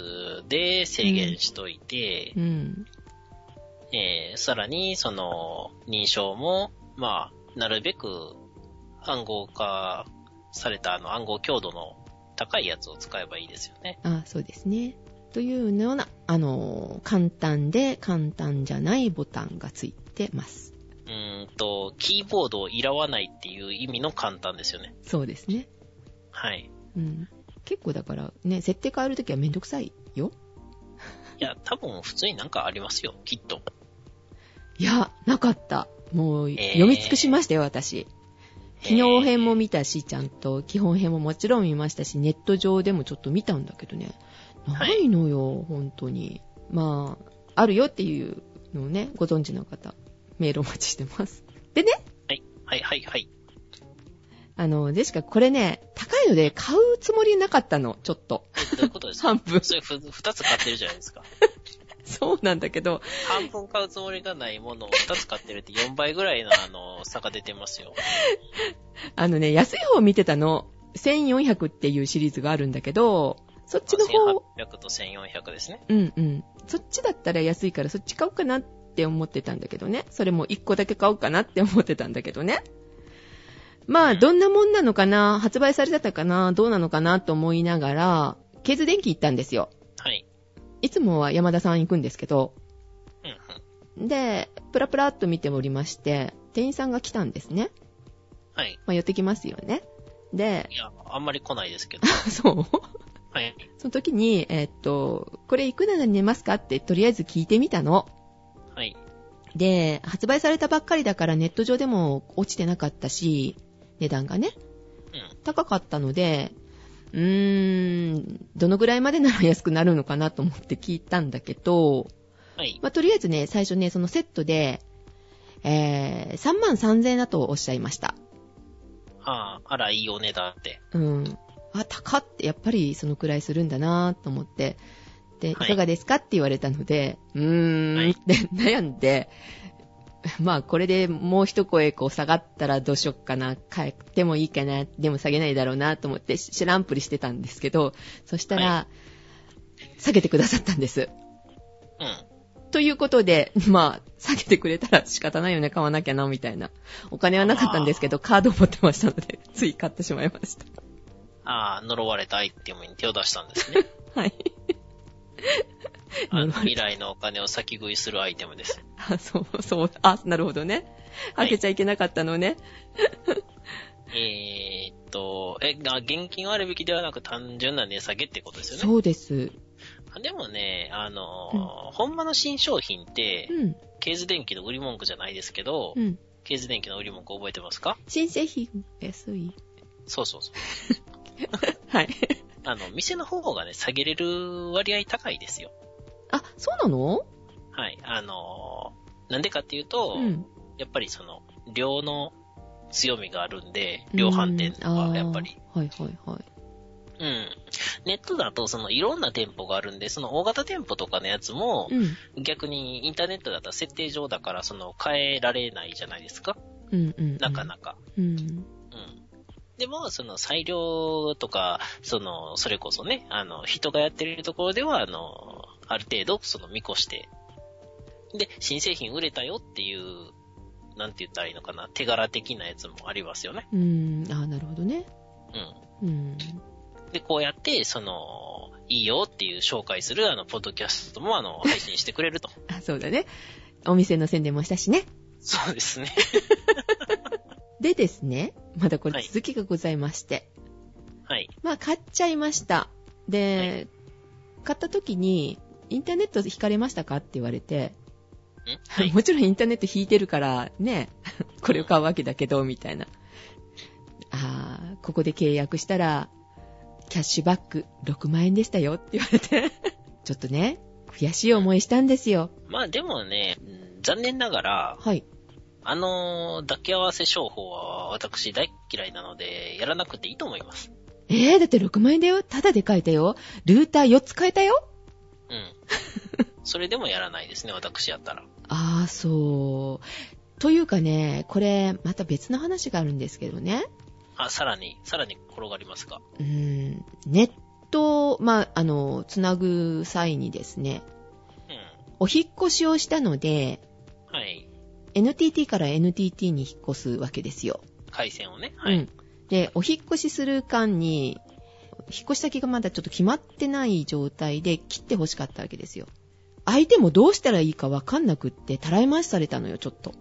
B: で制限しといて
A: う、ん。
B: えー、さらにその認証も、まあなるべく暗号化されたあの暗号強度の高いやつを使えばいいですよね。
A: あそうですね。というような、あの、簡単で簡単じゃないボタンがついてます。
B: うーんと、キーボードをいらわないっていう意味の簡単ですよね。
A: そうですね。
B: はい。
A: うん。結構だからね、設定変えるときはめんどくさいよ。
B: いや、多分普通になんかありますよ、きっと。
A: いや、なかった。もう、
B: えー
A: 読み尽くしましたよ、私。機能編も見たし、ちゃんと基本編ももちろん見ましたし、ネット上でもちょっと見たんだけどね。な
B: はい
A: いのよ、本当に。まあ、あるよっていうのをね、ご存知の方、メールお待ちしてます。でね、
B: はい、はい、はい、はい。
A: あの、ジェシカ、これね、高いので買うつもりなかったの、ちょっと。
B: どういうことですか
A: 半分。
B: それふ二つ買ってるじゃないですか。
A: そうなんだけど、
B: 半分買うつもりがないものを二つ買ってるって4倍ぐらいのあの、差が出てますよ。
A: あのね、安い方を見てたの。1400っていうシリーズがあるんだけど、そっちの方、
B: 1800と1400ですね。
A: うんうん。そっちだったら安いからそっち買おうかなって思ってたんだけどね。それも1個だけ買おうかなって思ってたんだけどね。まあ、どんなもんなのかな発売されてたかなどうなのかなと思いながら、ケーズ電機行ったんですよ。
B: はい。
A: いつもは山田さん行くんですけど、
B: うんうん。
A: で、プラプラっと見ておりまして、店員さんが来たんですね。
B: はい。
A: まあ、寄ってきますよね。で、
B: いや、あんまり来ないですけ ど。
A: そう
B: はい。
A: その時に、えーっと、これいくらで寝ますかってとりあえず聞いてみたの。
B: はい。
A: で、発売されたばっかりだからネット上でも落ちてなかったし、値段がね、
B: うん。
A: 高かったので、うーん、どのぐらいまでなら安くなるのかなと思って聞いたんだけど、
B: はい。
A: まあ、とりあえずね、最初ね、そのセットで、えー、3万3000円だとおっしゃいました。
B: ああ、あら、いいお値段って。
A: うん。あ、高って、やっぱりそのくらいするんだなと思って、で、い
B: はい
A: かがですかって言われたので、うーん、
B: はい
A: って悩んで、まあ、これでもう一声こう下がったらどうしよっかな、変えてもいいかな、でも下げないだろうなと思って、し知らんぷりしてたんですけど、そしたら、下げてくださったんです。
B: うん。
A: ということで、まあ、下げてくれたら仕方ないよね、買わなきゃな、みたいな。お金はなかったんですけど、カードを持ってましたので、つい買ってしまいました。
B: ああ、呪われたアイテムに手を出したんで すね。
A: はい。
B: あの
A: 呪われ
B: 未来のお金を先食いするアイテムです。
A: あ、そう、そう、あ、なるほどね。
B: は
A: 開
B: い
A: けちゃいけなかったのね。
B: えーっと、え、が現金割引ではなく単純な値下げってことですよね。
A: そうです。
B: あでもね、あのー、ほんまの新商品って
A: う、ん、
B: ケーズ電機の売り文句じゃないですけど、
A: うん。
B: ケーズ電機の売り文句覚えてますか
A: 新製品、安い。
B: そうそうそう。
A: はい。
B: あの、店の方がね、下げれる割合高いですよ。
A: あ、そうなの
B: はい。あのー、なんでかっていうと、
A: うん。
B: やっぱりその、量の強みがあるんで、量販店
A: うんあ
B: は
A: ー
B: やっぱり。
A: はいはいはい。
B: うん。ネットだと、その、いろんな店舗があるんで、その、大型店舗とかのやつも、
A: うん。
B: 逆にインターネットだったら設定上だから、その、変えられないじゃないですか。
A: うんうん。
B: なかなか。
A: うん。
B: うん。でも、その、裁量とか、その、それこそね、あの、人がやってるところでは、あの、ある程度、その、見越して、で、新製品売れたよっていう、なんて言ったらいいのかな、手柄的なやつもありますよね。
A: うん。あ、なるほどね。
B: うん。
A: うん。
B: で、こうやって、その、いいよっていう紹介する、あの、ポッドキャストも、あの、配信してくれると。
A: あ、そうだね。お店の宣伝もしたしね。
B: そうですね。
A: でですね、まだこ
B: は
A: れ
B: い
A: 続きがございまして。
B: はい。
A: まあ、買っちゃいました。で、買った時に、インターネット引かれましたかって言われて、
B: ん はい。
A: もちろんインターネット引いてるからね、 これを買うわけだけど、みたいな。ああ、ここで契約したら、キャッシュバック6万円でしたよって言われて、 ちょっとね、悔しい思いしたんですよ。
B: まあ、でもね、うん残念ながら、
A: はい。
B: あの抱き合わせ商法は私大嫌いなので、やらなくていいと思います。
A: えー、だって6万円だよ。ただで買えたよ。ルーター4つ買えたよ。
B: うん。 それでもやらないですね、私やったら。
A: ああ、そう。というかね、これ、また別の話があるんですけどね。
B: あ、さらに、さらに転がりますか。
A: うーん、ネットを、まあ、あの、つなぐ際にですね、
B: うん。
A: お引っ越しをしたので、
B: はい。
A: NTT から NTT に引っ越すわけですよ。
B: 回線をね。はい。
A: うんで、お引っ越しする間に、引っ越し先がまだちょっと決まってない状態で切って欲しかったわけですよ。相手もどうしたらいいかわかんなくって、たらい回しされたのよ、ちょっと。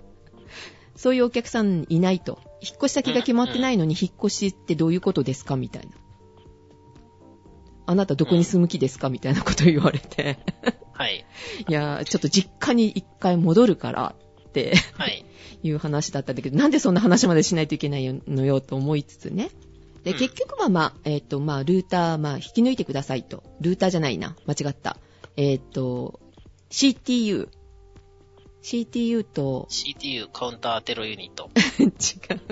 A: そういうお客さんいないと。引っ越し先が決まってないのに、引っ越しってどういうことですかみたいな。あなたどこに住む気ですかみたいなこと言われて、
B: はい。
A: いやー、ちょっと実家に一回戻るからって
B: はい。
A: いう話だったんだけど、なんでそんな話までしないといけないのよと思いつつね。で、
B: うん
A: 結局はまあ、えっ、と、まあ、ルーター、まあ、引き抜いてくださいと。ルーターじゃないな。間違った。えっ、と、CTU。CTU と、
B: CTU カウンターテロユニット。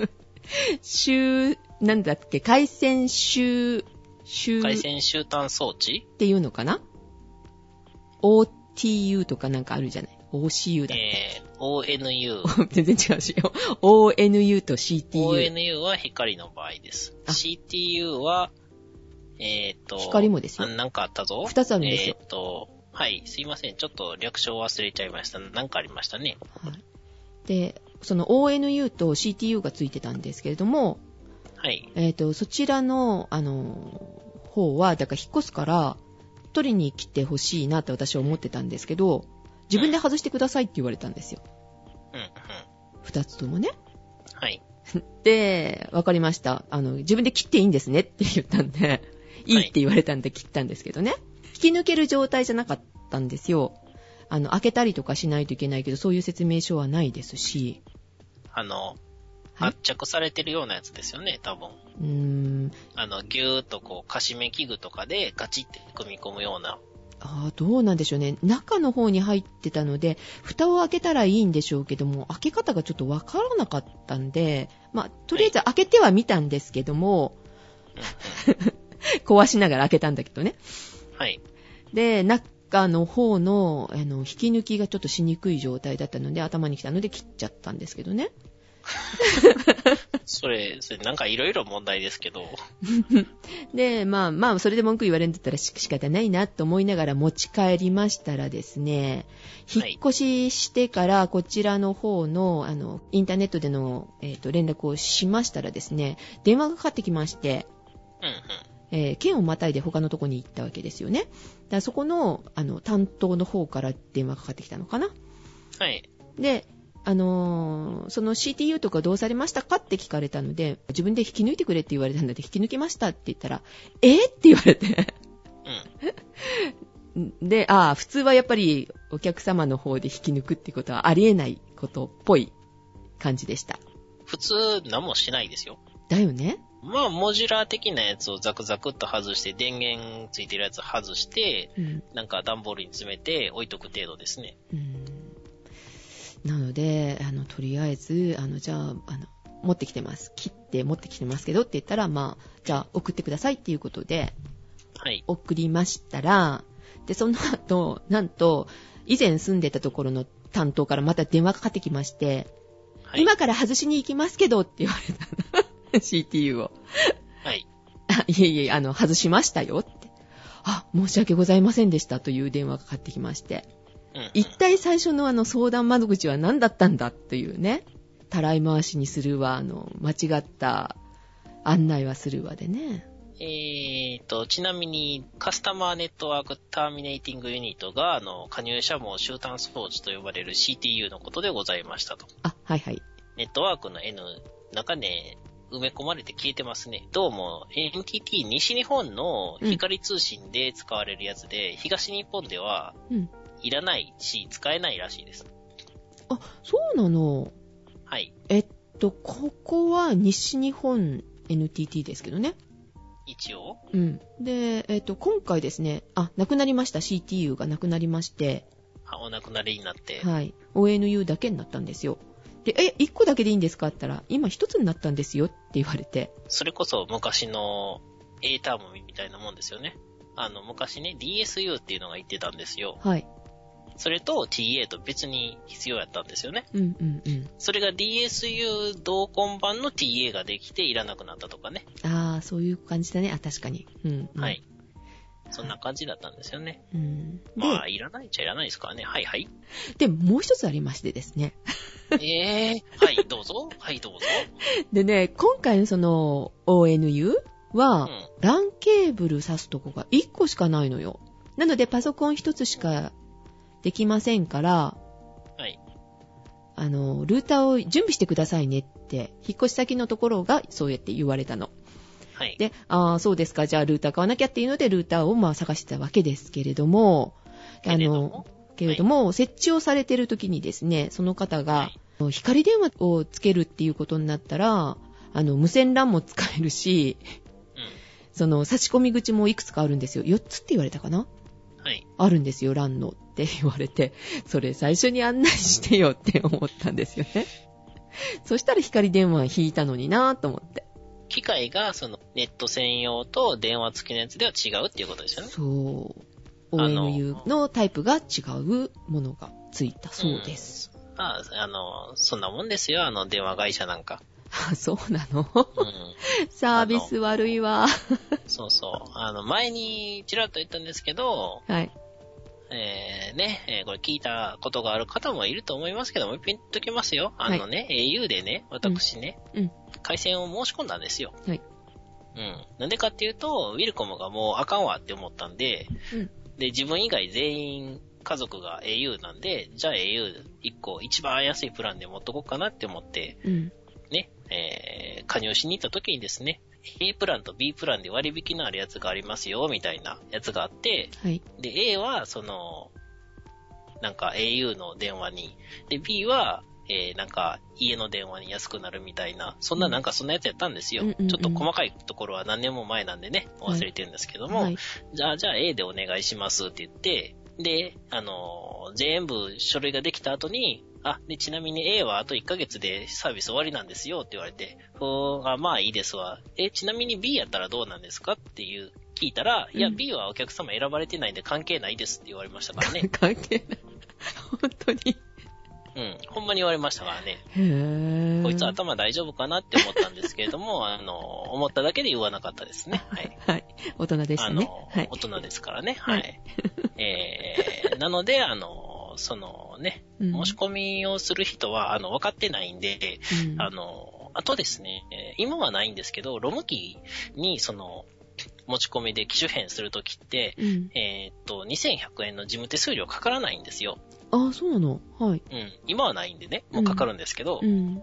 A: 違う。周、なんだっけ、回線周、周
B: 回
A: っ
B: 線終端装置
A: ていうのかな ?OTU とかなんかあるじゃない ?OCU だっけ、
B: えー、ONU。
A: 全然違うしよ。ONU と CTU。
B: ONU は光の場合です。
A: あ
B: CTU は、えっ、と、
A: 光もですよ
B: あなんかあったぞ。
A: 二つあるんですよ
B: えっ、と、はい、すいません。ちょっと略称忘れちゃいました。なんかありましたね。
A: はい、でその ONU と CTU がついてたんですけれども、
B: はい。
A: えー、とそちらのあの方はだから引っ越すから取りに来てほしいなって私は思ってたんですけど自分で外してくださいって言われたんですよ
B: うん、うん。
A: 2つともね
B: はい。
A: で分かりましたあの自分で切っていいんですねって言ったんでいいって言われたんで切ったんですけどね引き抜ける状態じゃなかったんですよあの開けたりとかしないといけないけどそういう説明書はないですし
B: あの、
A: はい
B: 圧着されてるようなやつですよね、多分。
A: うーん
B: あの、ぎゅーっとこう、かしめ器具とかでガチって組み込むような。
A: ああ、どうなんでしょうね。中の方に入ってたので、蓋を開けたらいいんでしょうけども、開け方がちょっとわからなかったんで、まあ、とりあえず開けてはみたんですけども、 壊しながら開けたんだけどね。
B: はい。
A: で、中の方の、あの、引き抜きがちょっとしにくい状態だったので、頭に来たので切っちゃったんですけどね。
B: それ、それなんかいろいろ問題ですけど。
A: で、まあまあ、それで文句言われるんだったらし仕方ないなと思いながら持ち帰りましたらですね、
B: はい
A: 引っ越ししてからこちらの方の、あの、インターネットでの、えっ、と、連絡をしましたらですね、電話がかかってきまして、
B: うんうん。
A: えー県をまたいで他のとこに行ったわけですよね。だからそこの、あの、担当の方から電話がかかってきたのかな。
B: はい。
A: で、あのーその CTU とかどうされましたかって聞かれたので、自分で引き抜いてくれって言われたので、引き抜きましたって言ったら、えーって言われて。
B: うん。
A: で、ああ、普通はやっぱりお客様の方で引き抜くってことはありえないことっぽい感じでした。
B: 普通、何もしないですよ。
A: だよね
B: まあ、モジュラー的なやつをザクザクっと外して、電源ついてるやつ外して、
A: うん。
B: なんか段ボールに詰めて置いとく程度ですね。
A: うんなので、あの、とりあえず、あの、じゃあ、あの、持ってきてます。切って持ってきてますけどって言ったら、まあ、じゃあ送ってくださいっていうことで、
B: はい。
A: 送りましたら、で、その後、なんと、以前住んでたところの担当からまた電話かかってきまして、
B: はい。
A: 今から外しに行きますけどって言われたの CTU を。
B: はい。
A: あいえいえ、あの、外しましたよって。あ、申し訳ございませんでしたという電話がかかってきまして。
B: うん、うん。
A: 一体最初のあの相談窓口は何だったんだというね。たらい回しにするわ、あの、間違った案内はするわでね。
B: えーと、ちなみに、カスタマーネットワークターミネーティングユニットが、あの、加入者も終端装置と呼ばれる CTU のことでございましたと。
A: あ、はいはい。
B: ネットワークの N、中ね、埋め込まれて消えてますね。どうも、NTT 西日本の光通信で使われるやつで、東日本では
A: うん、
B: いらないし、使えないらしいです。
A: あ、そうなの。
B: はい。
A: えっと、ここは西日本 NTT ですけどね。
B: 一応。
A: うん。で、えっと、今回ですね、あ、なくなりました。CTU がなくなりまして、
B: あお亡くなりになって。
A: はい。ONU だけになったんですよ。で、え、1個だけでいいんですかって言ったら、今1つになったんですよって言われて。
B: それこそ昔の A タームみたいなもんですよね。あの、昔ね、DSU っていうのが言ってたんですよ。
A: はい。
B: それと TA と別に必要やったんですよね。
A: うんうんうん。
B: それが DSU 同梱版の TA ができていらなくなったとかね。
A: ああ、そういう感じだね。あ、確かに。うん、うん。
B: はい。。そんな感じだったんですよね。
A: うん。で、
B: まあ、いらないっちゃいらないですからね。は いはい。
A: で、もう一つありましてですね。
B: ええー、はい、どうぞ。はい、どうぞ。
A: でね、今回のその ONU
B: う
A: は、
B: ん。
A: LAN ケーブル挿すとこが1個しかないのよ。なのでパソコン1つしかできませんから、
B: はい。
A: あの、ルーターを準備してくださいねって、引っ越し先のところがそうやって言われたの。
B: はい。
A: で、ああ、そうですか、じゃあルーター買わなきゃっていうので、ルーターをまあ探してたわけですけれども、あ
B: けれど
A: の
B: も、
A: けれども、設置をされてる時にですね、その方が、
B: はい
A: 光電話をつけるっていうことになったら、あの、無線 LAN も使えるし、
B: う。
A: その、差し込み口もいくつかあるんですよ。4つって言われたかなん
B: はい。
A: あるんですよ、LAN のって言われて、それ最初に案内してよって思ったんですよね。そしたら光電話引いたのになぁと思って。
B: 機械が、その、ネット専用と電話付きのやつでは違うっていうことですよね。
A: そう。
B: あの
A: OMU のタイプが違うものがついたそうです。
B: ああの、そんなもんですよ、あの、電話会社なんか。
A: あ、そうなの
B: うん。
A: サービス悪いわ。
B: そうそう。あの、前に、ちらっと言ったんですけど、
A: はい。
B: えー、ね、えーこれ聞いたことがある方もいると思いますけども、ピンときますよ。あのね、au でね、私ね、
A: うん。
B: 回線を申し込んだんですよ。
A: はい。
B: うん。なんでかっていうと、ウィルコムがもうあかんわって思ったんで、
A: うん。
B: で、自分以外全員家族が au なんで、じゃあ au1 個一番安いプランで持っとこうかなって思って、
A: うん。
B: ね、えー、加入しに行った時にですね、A プランと B プランで割引のあるやつがありますよ、みたいなやつがあって、
A: はい。
B: で、A は、その、なんか au の電話に、で、B は、えー、なんか家の電話に安くなるみたいな、そんな、なんかそんなやつやったんですよ。
A: うんうんうん
B: ちょっと細かいところは何年も前なんでね、
A: はい
B: 忘れてるんですけども、
A: はい。
B: じゃあ、じゃあ A でお願いしますって言って、で、あのー、全部書類ができた後に、あ、で、ちなみに A はあと1ヶ月でサービス終わりなんですよって言われて、ふーん、あ、まあいいですわ。え、ちなみに B やったらどうなんですかっていう、聞いたら、いや、
A: うん。
B: B はお客様選ばれてないんで関係ないですって言われましたから ね
A: 関係ない。本当に。
B: うん、ほんまに言われましたからね。
A: へぇー。
B: こいつ頭大丈夫かなって思ったんですけれども、あのー、思っただけで言わなかったですね。はい。
A: はい。大人でしたね。
B: あ
A: は
B: の、
A: い
B: 大。人ですからね。はい。えー、なので、あの、そのね、
A: うん
B: 申し込みをする人は、あの、分かってないんで、
A: うん
B: あの、あとですね、えー今はないんですけど、ロム機に、その、持ち込みで機種変するときって、
A: うん。
B: えーっと、2100円の事務手数料かからないんですよ。
A: あ、そうなの。はい。
B: うん。今はないんでね、もうかかるんですけど、
A: うん。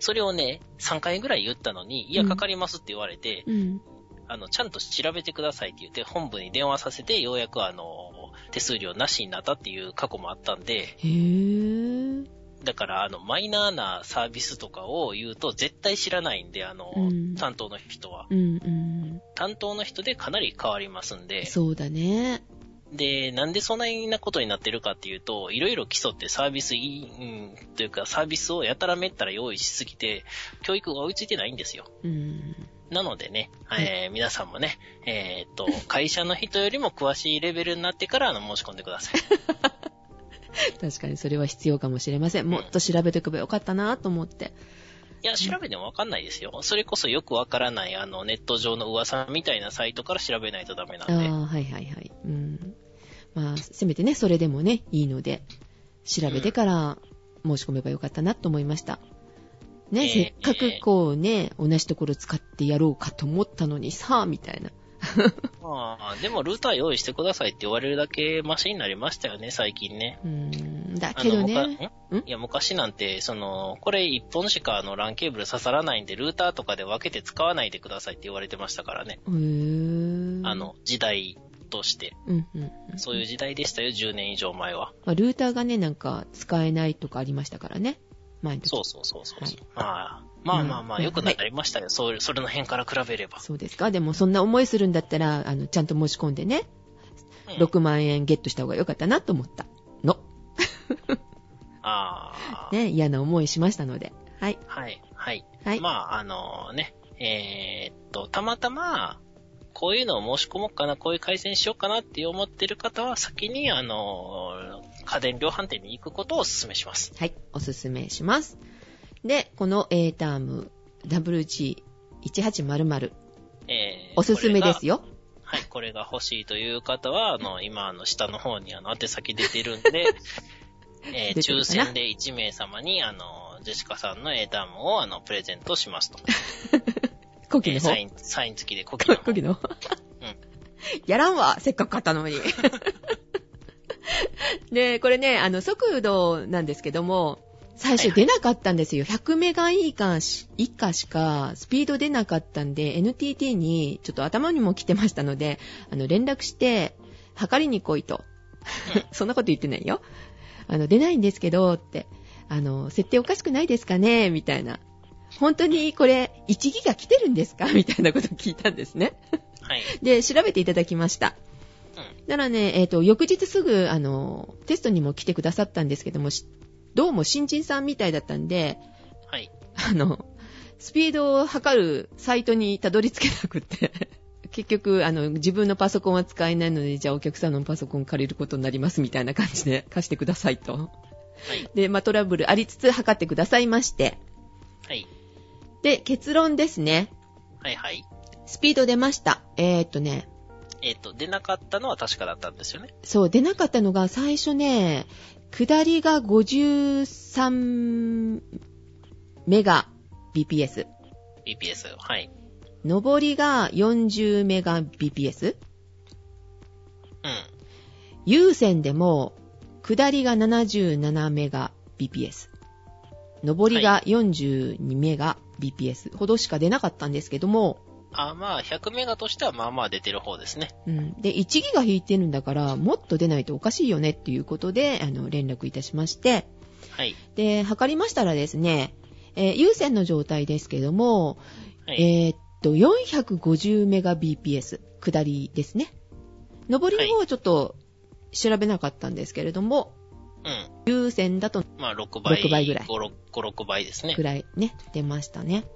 B: それをね、3回ぐらい言ったのに、いや、かかりますって言われて、
A: うん。
B: あの、ちゃんと調べてくださいって言って、本部に電話させて、ようやくあの、手数料なしになったっていう過去もあったんで、
A: へぇー。
B: だから、あの、マイナーなサービスとかを言うと、絶対知らないんで、あの、
A: うん
B: 担当の人は。
A: うんうん。
B: 担当の人でかなり変わりますんで、
A: そうだね。
B: で、なんでそんなことになってるかっていうと、いろいろ基礎ってサービスいい、うん、というか、サービスをやたらめったら用意しすぎて、教育が追いついてないんですよ。
A: うん。
B: なのでね、
A: はい
B: えー皆さんもね、えーっと、会社の人よりも詳しいレベルになってから、あの、申し込んでくだ さい。
A: 確かにそれは必要かもしれません。もっと調べておけばよかったなと思って。
B: いや、調べてもわかんないですよ。それこそよくわからない、あの、ネット上の噂みたいなサイトから調べないとダメなん
A: ああ
B: で。
A: ー、はいはいはい。うん。まあ、せめてね、それでもね、いいので、調べてから申し込めばよかったなと思いました。ね、
B: えー
A: せっかくこうね、同じところ使ってやろうかと思ったのにさ、みたいな。
B: まあ、でもルーター用意してくださいって言われるだけマシになりましたよね、最近ね。
A: うん、だ
B: あ
A: け
B: の
A: ど
B: 昔
A: ね。
B: ん
A: ん
B: いや、昔なんて、その、これ一本しかあの、ランケーブル刺さらないんで、ルーターとかで分けて使わないでくださいって言われてましたからね。
A: うーん
B: あ、の、時代として。
A: うんうんうん
B: そういう時代でしたよ、10年以上前は。
A: まあルーターがね、なんか使えないとかありましたからね。前の時
B: そうそうそうそう。
A: はい
B: まあ、まあまあま
A: う
B: あ、
A: ん
B: よくなりましたよ。それ、それの辺から比べれば。
A: そうですか。でもそんな思いするんだったら、あの、ちゃんと申し込んでね、
B: うん
A: 6万円ゲットした方が良かったなと思ったの。
B: ああ、
A: ね、嫌な思いしましたので。はい。
B: はい、はい。
A: はい。
B: まあ、あのね、えーっと、たまたま、こういうのを申し込もうかな、こういう改善しようかなって思ってる方は、先に、あの、家電量販店に行くことをお勧めします。
A: はい。おすすめします。で、この A ターム WG1800。
B: えー
A: おすすめです
B: よ。
A: よ。
B: はい、これが欲しいという方は、あの、今、あの、下の方に、あの、宛先出てる んで、えー
A: 出てる
B: 抽
A: かな
B: 選で1名様に、あの、ジェシカさんの英単語を、あの、プレゼントしますと。
A: コキ
B: えー
A: の
B: サ
A: 方。
B: イン、サイン付きでコキの 方。
A: コキの方。 やらんわ。せっかく買ったのに。で、これね、あの、速度なんですけども、最初出なかったんですよ。100メガ以下し以下しかスピード出なかったんで、NTT にちょっと頭にも来てましたので、あの、連絡して、測りに来いと。 そんなこと言ってないよ。あの、出ないんですけど、って。あの、設定おかしくないですかねみたいな。本当にこれ、1ギガ来てるんですかみたいなこと聞いたんですね。
B: はい。
A: で、調べていただきました。
B: う
A: ならね、えっ、と、翌日すぐ、あの、テストにも来てくださったんですけども、しどうも新人さんみたいだったんで、
B: ん。はい。
A: あの、スピードを測るサイトにたどり着けなくて、 結局、あの、自分のパソコンは使えないので、じゃあお客さんのパソコン借りることになりますみたいな感じで貸してくださいと。
B: はい。
A: で、まあ、トラブルありつつ測ってくださいまして。
B: はい。
A: で、結論ですね。
B: はい。はい。
A: スピード出ました。えーっとね、
B: えっ、と、出なかったのは確かだったんですよね。
A: そう、出なかったのが最初ね、下りが53メガ BPS、
B: BPS。はい。
A: 上りが40メガ BPS、
B: うん。
A: 有線でも下りが77メガ BPS、上りが42メガ BPS ほどしか出なかったんですけども、
B: あ、まあ、100メガとしてはまあまあ出てる方ですね。
A: うん、で、1ギガ引いてるんだから、もっと出ないとおかしいよねっていうことで、あの、連絡いたしまして、
B: はい。
A: で、測りましたらですね、えー有線の状態ですけども、
B: は
A: え
B: い。
A: ーっと、450メガ BPS、下りですね。上りの方はちょっと調べなかったんですけれども、有線だと
B: うん。まあ、6倍。
A: 6倍ぐらい
B: 5、6, 6倍ですね
A: く。らいね、出ましたね。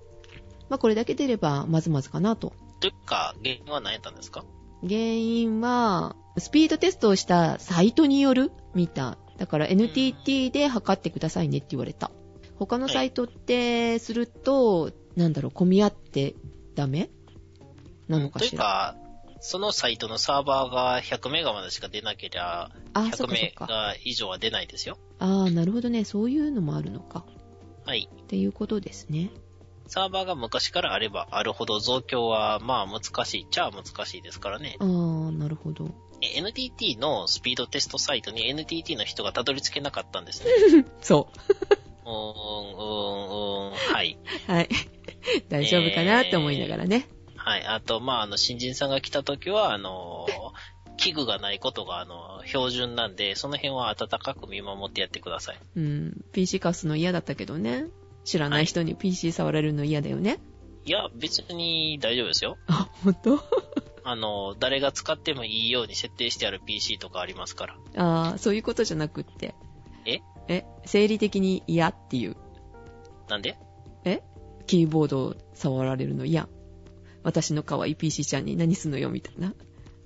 A: まあ、これだけ出ればまずまずかなと。
B: というか、原因は何やったんですか
A: 原因は、スピードテストをしたサイトによる見た。だから NTT で測ってくださいねって言われた。他のサイトってすると、なんだろう、混み合ってダメなのか
B: とい
A: し
B: う
A: ら。
B: か、そのサイトのサーバーが100メガまでしか出なければ、
A: あ、そっ
B: 100
A: かそ
B: メ
A: っか。
B: ガ以上は出ないですよ。
A: あーなるほどね。そういうのもあるのか。
B: はい。
A: っていうことですね。
B: サーバーが昔からあればあるほど増強はまあ難しいっちゃ難しいですからね。
A: あーなるほど。
B: え NTT のスピードテストサイトに NTT の人がたどり着けなかったんですね。
A: そう
B: ーん、うーん、うーん、はい。
A: う。はい。大丈夫かなって思いながらね。
B: はい。あと、まあ、あの、新人さんが来た時は、あの、器具がないことが、あの、標準なんで、その辺は温かく見守ってやってください。
A: うん。PC 貸すの嫌だったけどね。知らない人に PC 触られるの嫌だよね。
B: いや、別に大丈夫ですよ。
A: あ、ほんと
B: あの、誰が使ってもいいように設定してある PC とかありますから。
A: ああ、そういうことじゃなくって。
B: え
A: え、生理的に嫌っていう。
B: なんで
A: えキーボードを触られるの嫌。私の可愛い PC ちゃんに何すんのよみたいな。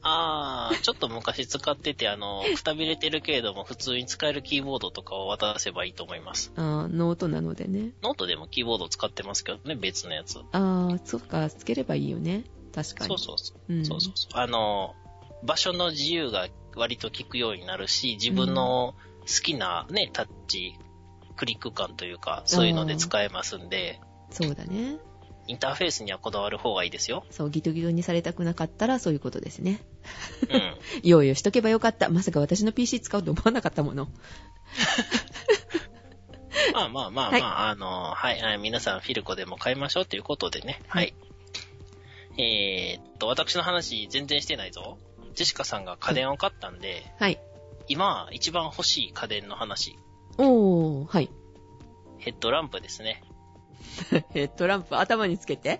B: あー、ちょっと昔使ってて、あの、くたびれてるけれども、普通に使えるキーボードとかを渡せばいいと思います。
A: あーノートなのでね。
B: ノートでもキーボード使ってますけどね、別のやつ。
A: ああ、そっか、つければいいよね。確かに。
B: そうそうそう。
A: う。ん、
B: そうそうそう。あの、場所の自由が割と効くようになるし、自分の好きなね、タッチ、クリック感というか、そういうので使えますんで、
A: そうだね。
B: インターフェースにはこだわる方がいいですよ。
A: そう、ギトギトにされたくなかったらそういうことですね。
B: うん。
A: 用意をしとけばよかった。まさか私の PC 使うと思わなかったもの。
B: まあまあまあま
A: はい
B: あ、あの、はい、はい、皆さんフィルコでも買いましょうということでね。はい。えーっと、私の話全然してないぞ。ジェシカさんが家電を買ったんで、
A: はい。
B: 今一番欲しい家電の話、
A: おー、はい。
B: ヘッドランプですね。
A: え、トランプ頭につけて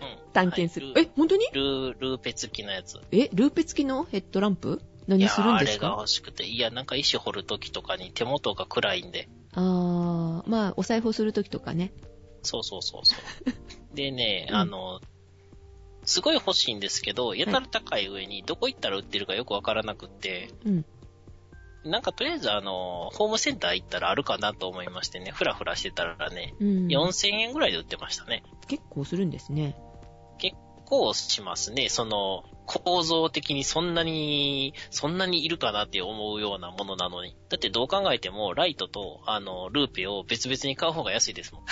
B: うん。
A: 探検する。
B: はい
A: え、本当に
B: ルー、ルーペ付きのやつ。
A: え、ルーペ付きのヘッドランプ何するんです
B: いやーあれが
A: か
B: 欲しくて。いや、なんか石掘るときとかに手元が暗いんで。
A: あー、まあ、お裁縫するときとかね。
B: そうそうそうそう。 でね、あの、すごい欲しいんですけど、やたら高い上にどこ行ったら売ってるかよくわからなくって、
A: うん。
B: なんかとりあえずあの、ホームセンター行ったらあるかなと思いましてね、ふらふらしてたらね、
A: うん。
B: 4000円ぐらいで売ってましたね。
A: 結構するんですね。
B: こうしますね、その、構造的にそんなに、そんなにいるかなって思うようなものなのに。だってどう考えても、ライトと、あの、ルーペを別々に買う方が安いですもん。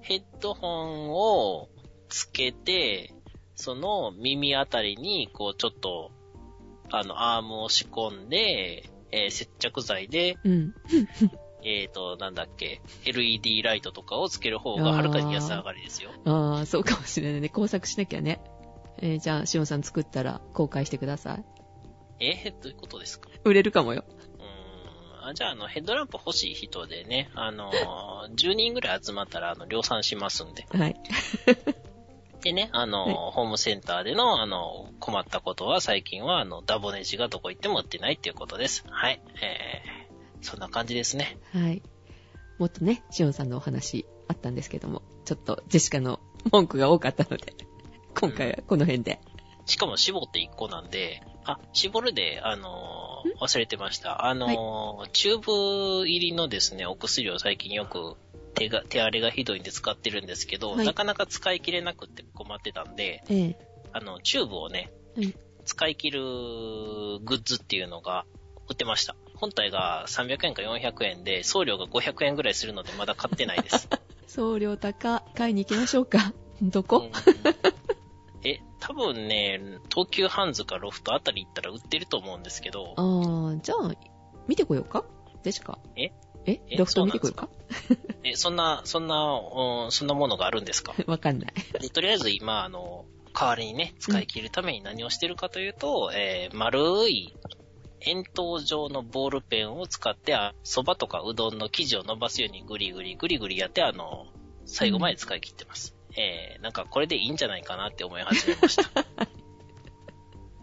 B: ヘッドホンをつけて、その耳あたりに、こう、ちょっと、あの、アームを仕込んで、えー接着剤で、
A: うん。
B: えっ、と、なんだっけ、LED ライトとかをつける方がはるかに安上がりですよ。
A: ああ、そうかもしれないね。工作しなきゃね。えーじゃあ、しおんさん作ったら公開してください。
B: えーどういうことですか
A: 売れるかもよ。
B: うーんあじゃあ、あの、ヘッドランプ欲しい人でね、あの ー、10人ぐらい集まったら、あの、量産しますんで。
A: はい。
B: でね、あのー、ホームセンターでの、あの、困ったことは、最近は、あの、ダボネジがどこ行っても売ってないっていうことです。はい。えー、そんな感じですね。
A: はい。もっとね、しおんさんのお話あったんですけども、ちょっとジェシカの文句が多かったので、 今回はこの辺で。
B: しかも絞って1個なんで、あ、絞るで、あのー忘れてました。あのーチューブ入りのですね、お薬を最近よく手が、手荒れがひどいんで使ってるんですけど、
A: はい
B: なかなか使い切れなくって困ってたんで、
A: ええ。
B: あの、チューブをね、
A: はい
B: 使い切るグッズっていうのが売ってました。本体が300円か400円で、送料が500円ぐらいするのでまだ買ってないです。
A: 送料高、買いに行きましょうか。ど
B: う
A: こ
B: ん、え、多分ね、東急ハンズかロフトあたり行ったら売ってると思うんですけど、
A: ああ、じゃあ、見てこようかジェシカ。
B: え
A: え
B: え
A: ロフト見てこようか
B: え、そんな、そんな、うんそんなものがあるんですか
A: わかんない。
B: でとりあえず今、あの、代わりにね、使い切るために何をしてるかというと、えー丸い円筒状のボールペンを使って、あそばとかうどんの生地を伸ばすようにグリグリグリグリやって、あの、最後まで使い切ってます。えーなんかこれでいいんじゃないかなって思い始めました。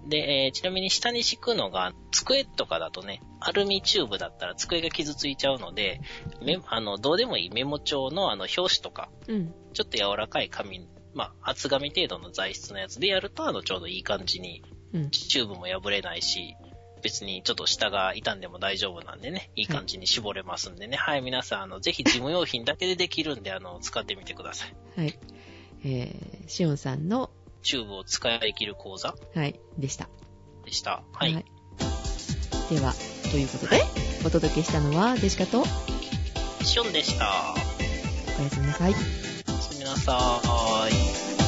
B: で、えーちなみに下に敷くのが、机とかだとね、アルミチューブだったら机が傷ついちゃうので、メあの、どうでもいいメモ帳のあの、表紙とか、
A: うん。
B: ちょっと柔らかい紙、まあ、厚紙程度の材質のやつでやると、あの、ちょうどいい感じに、
A: うん。
B: チューブも破れないし、別にちょっと下が傷んでも大丈夫なんでね、いい感じに絞れますんでね。はい、皆さん、あの、ぜひ事務用品だけでできるんで、あの、使ってみてください。
A: はい。えー、しおんさんの、
B: チューブを使い切る講座
A: はい、でした。
B: でした。はい。
A: では、ということで、お届けしたのはジェシカと、お
B: シオンでした。
A: やすみなさい。
B: おやすみなさーい。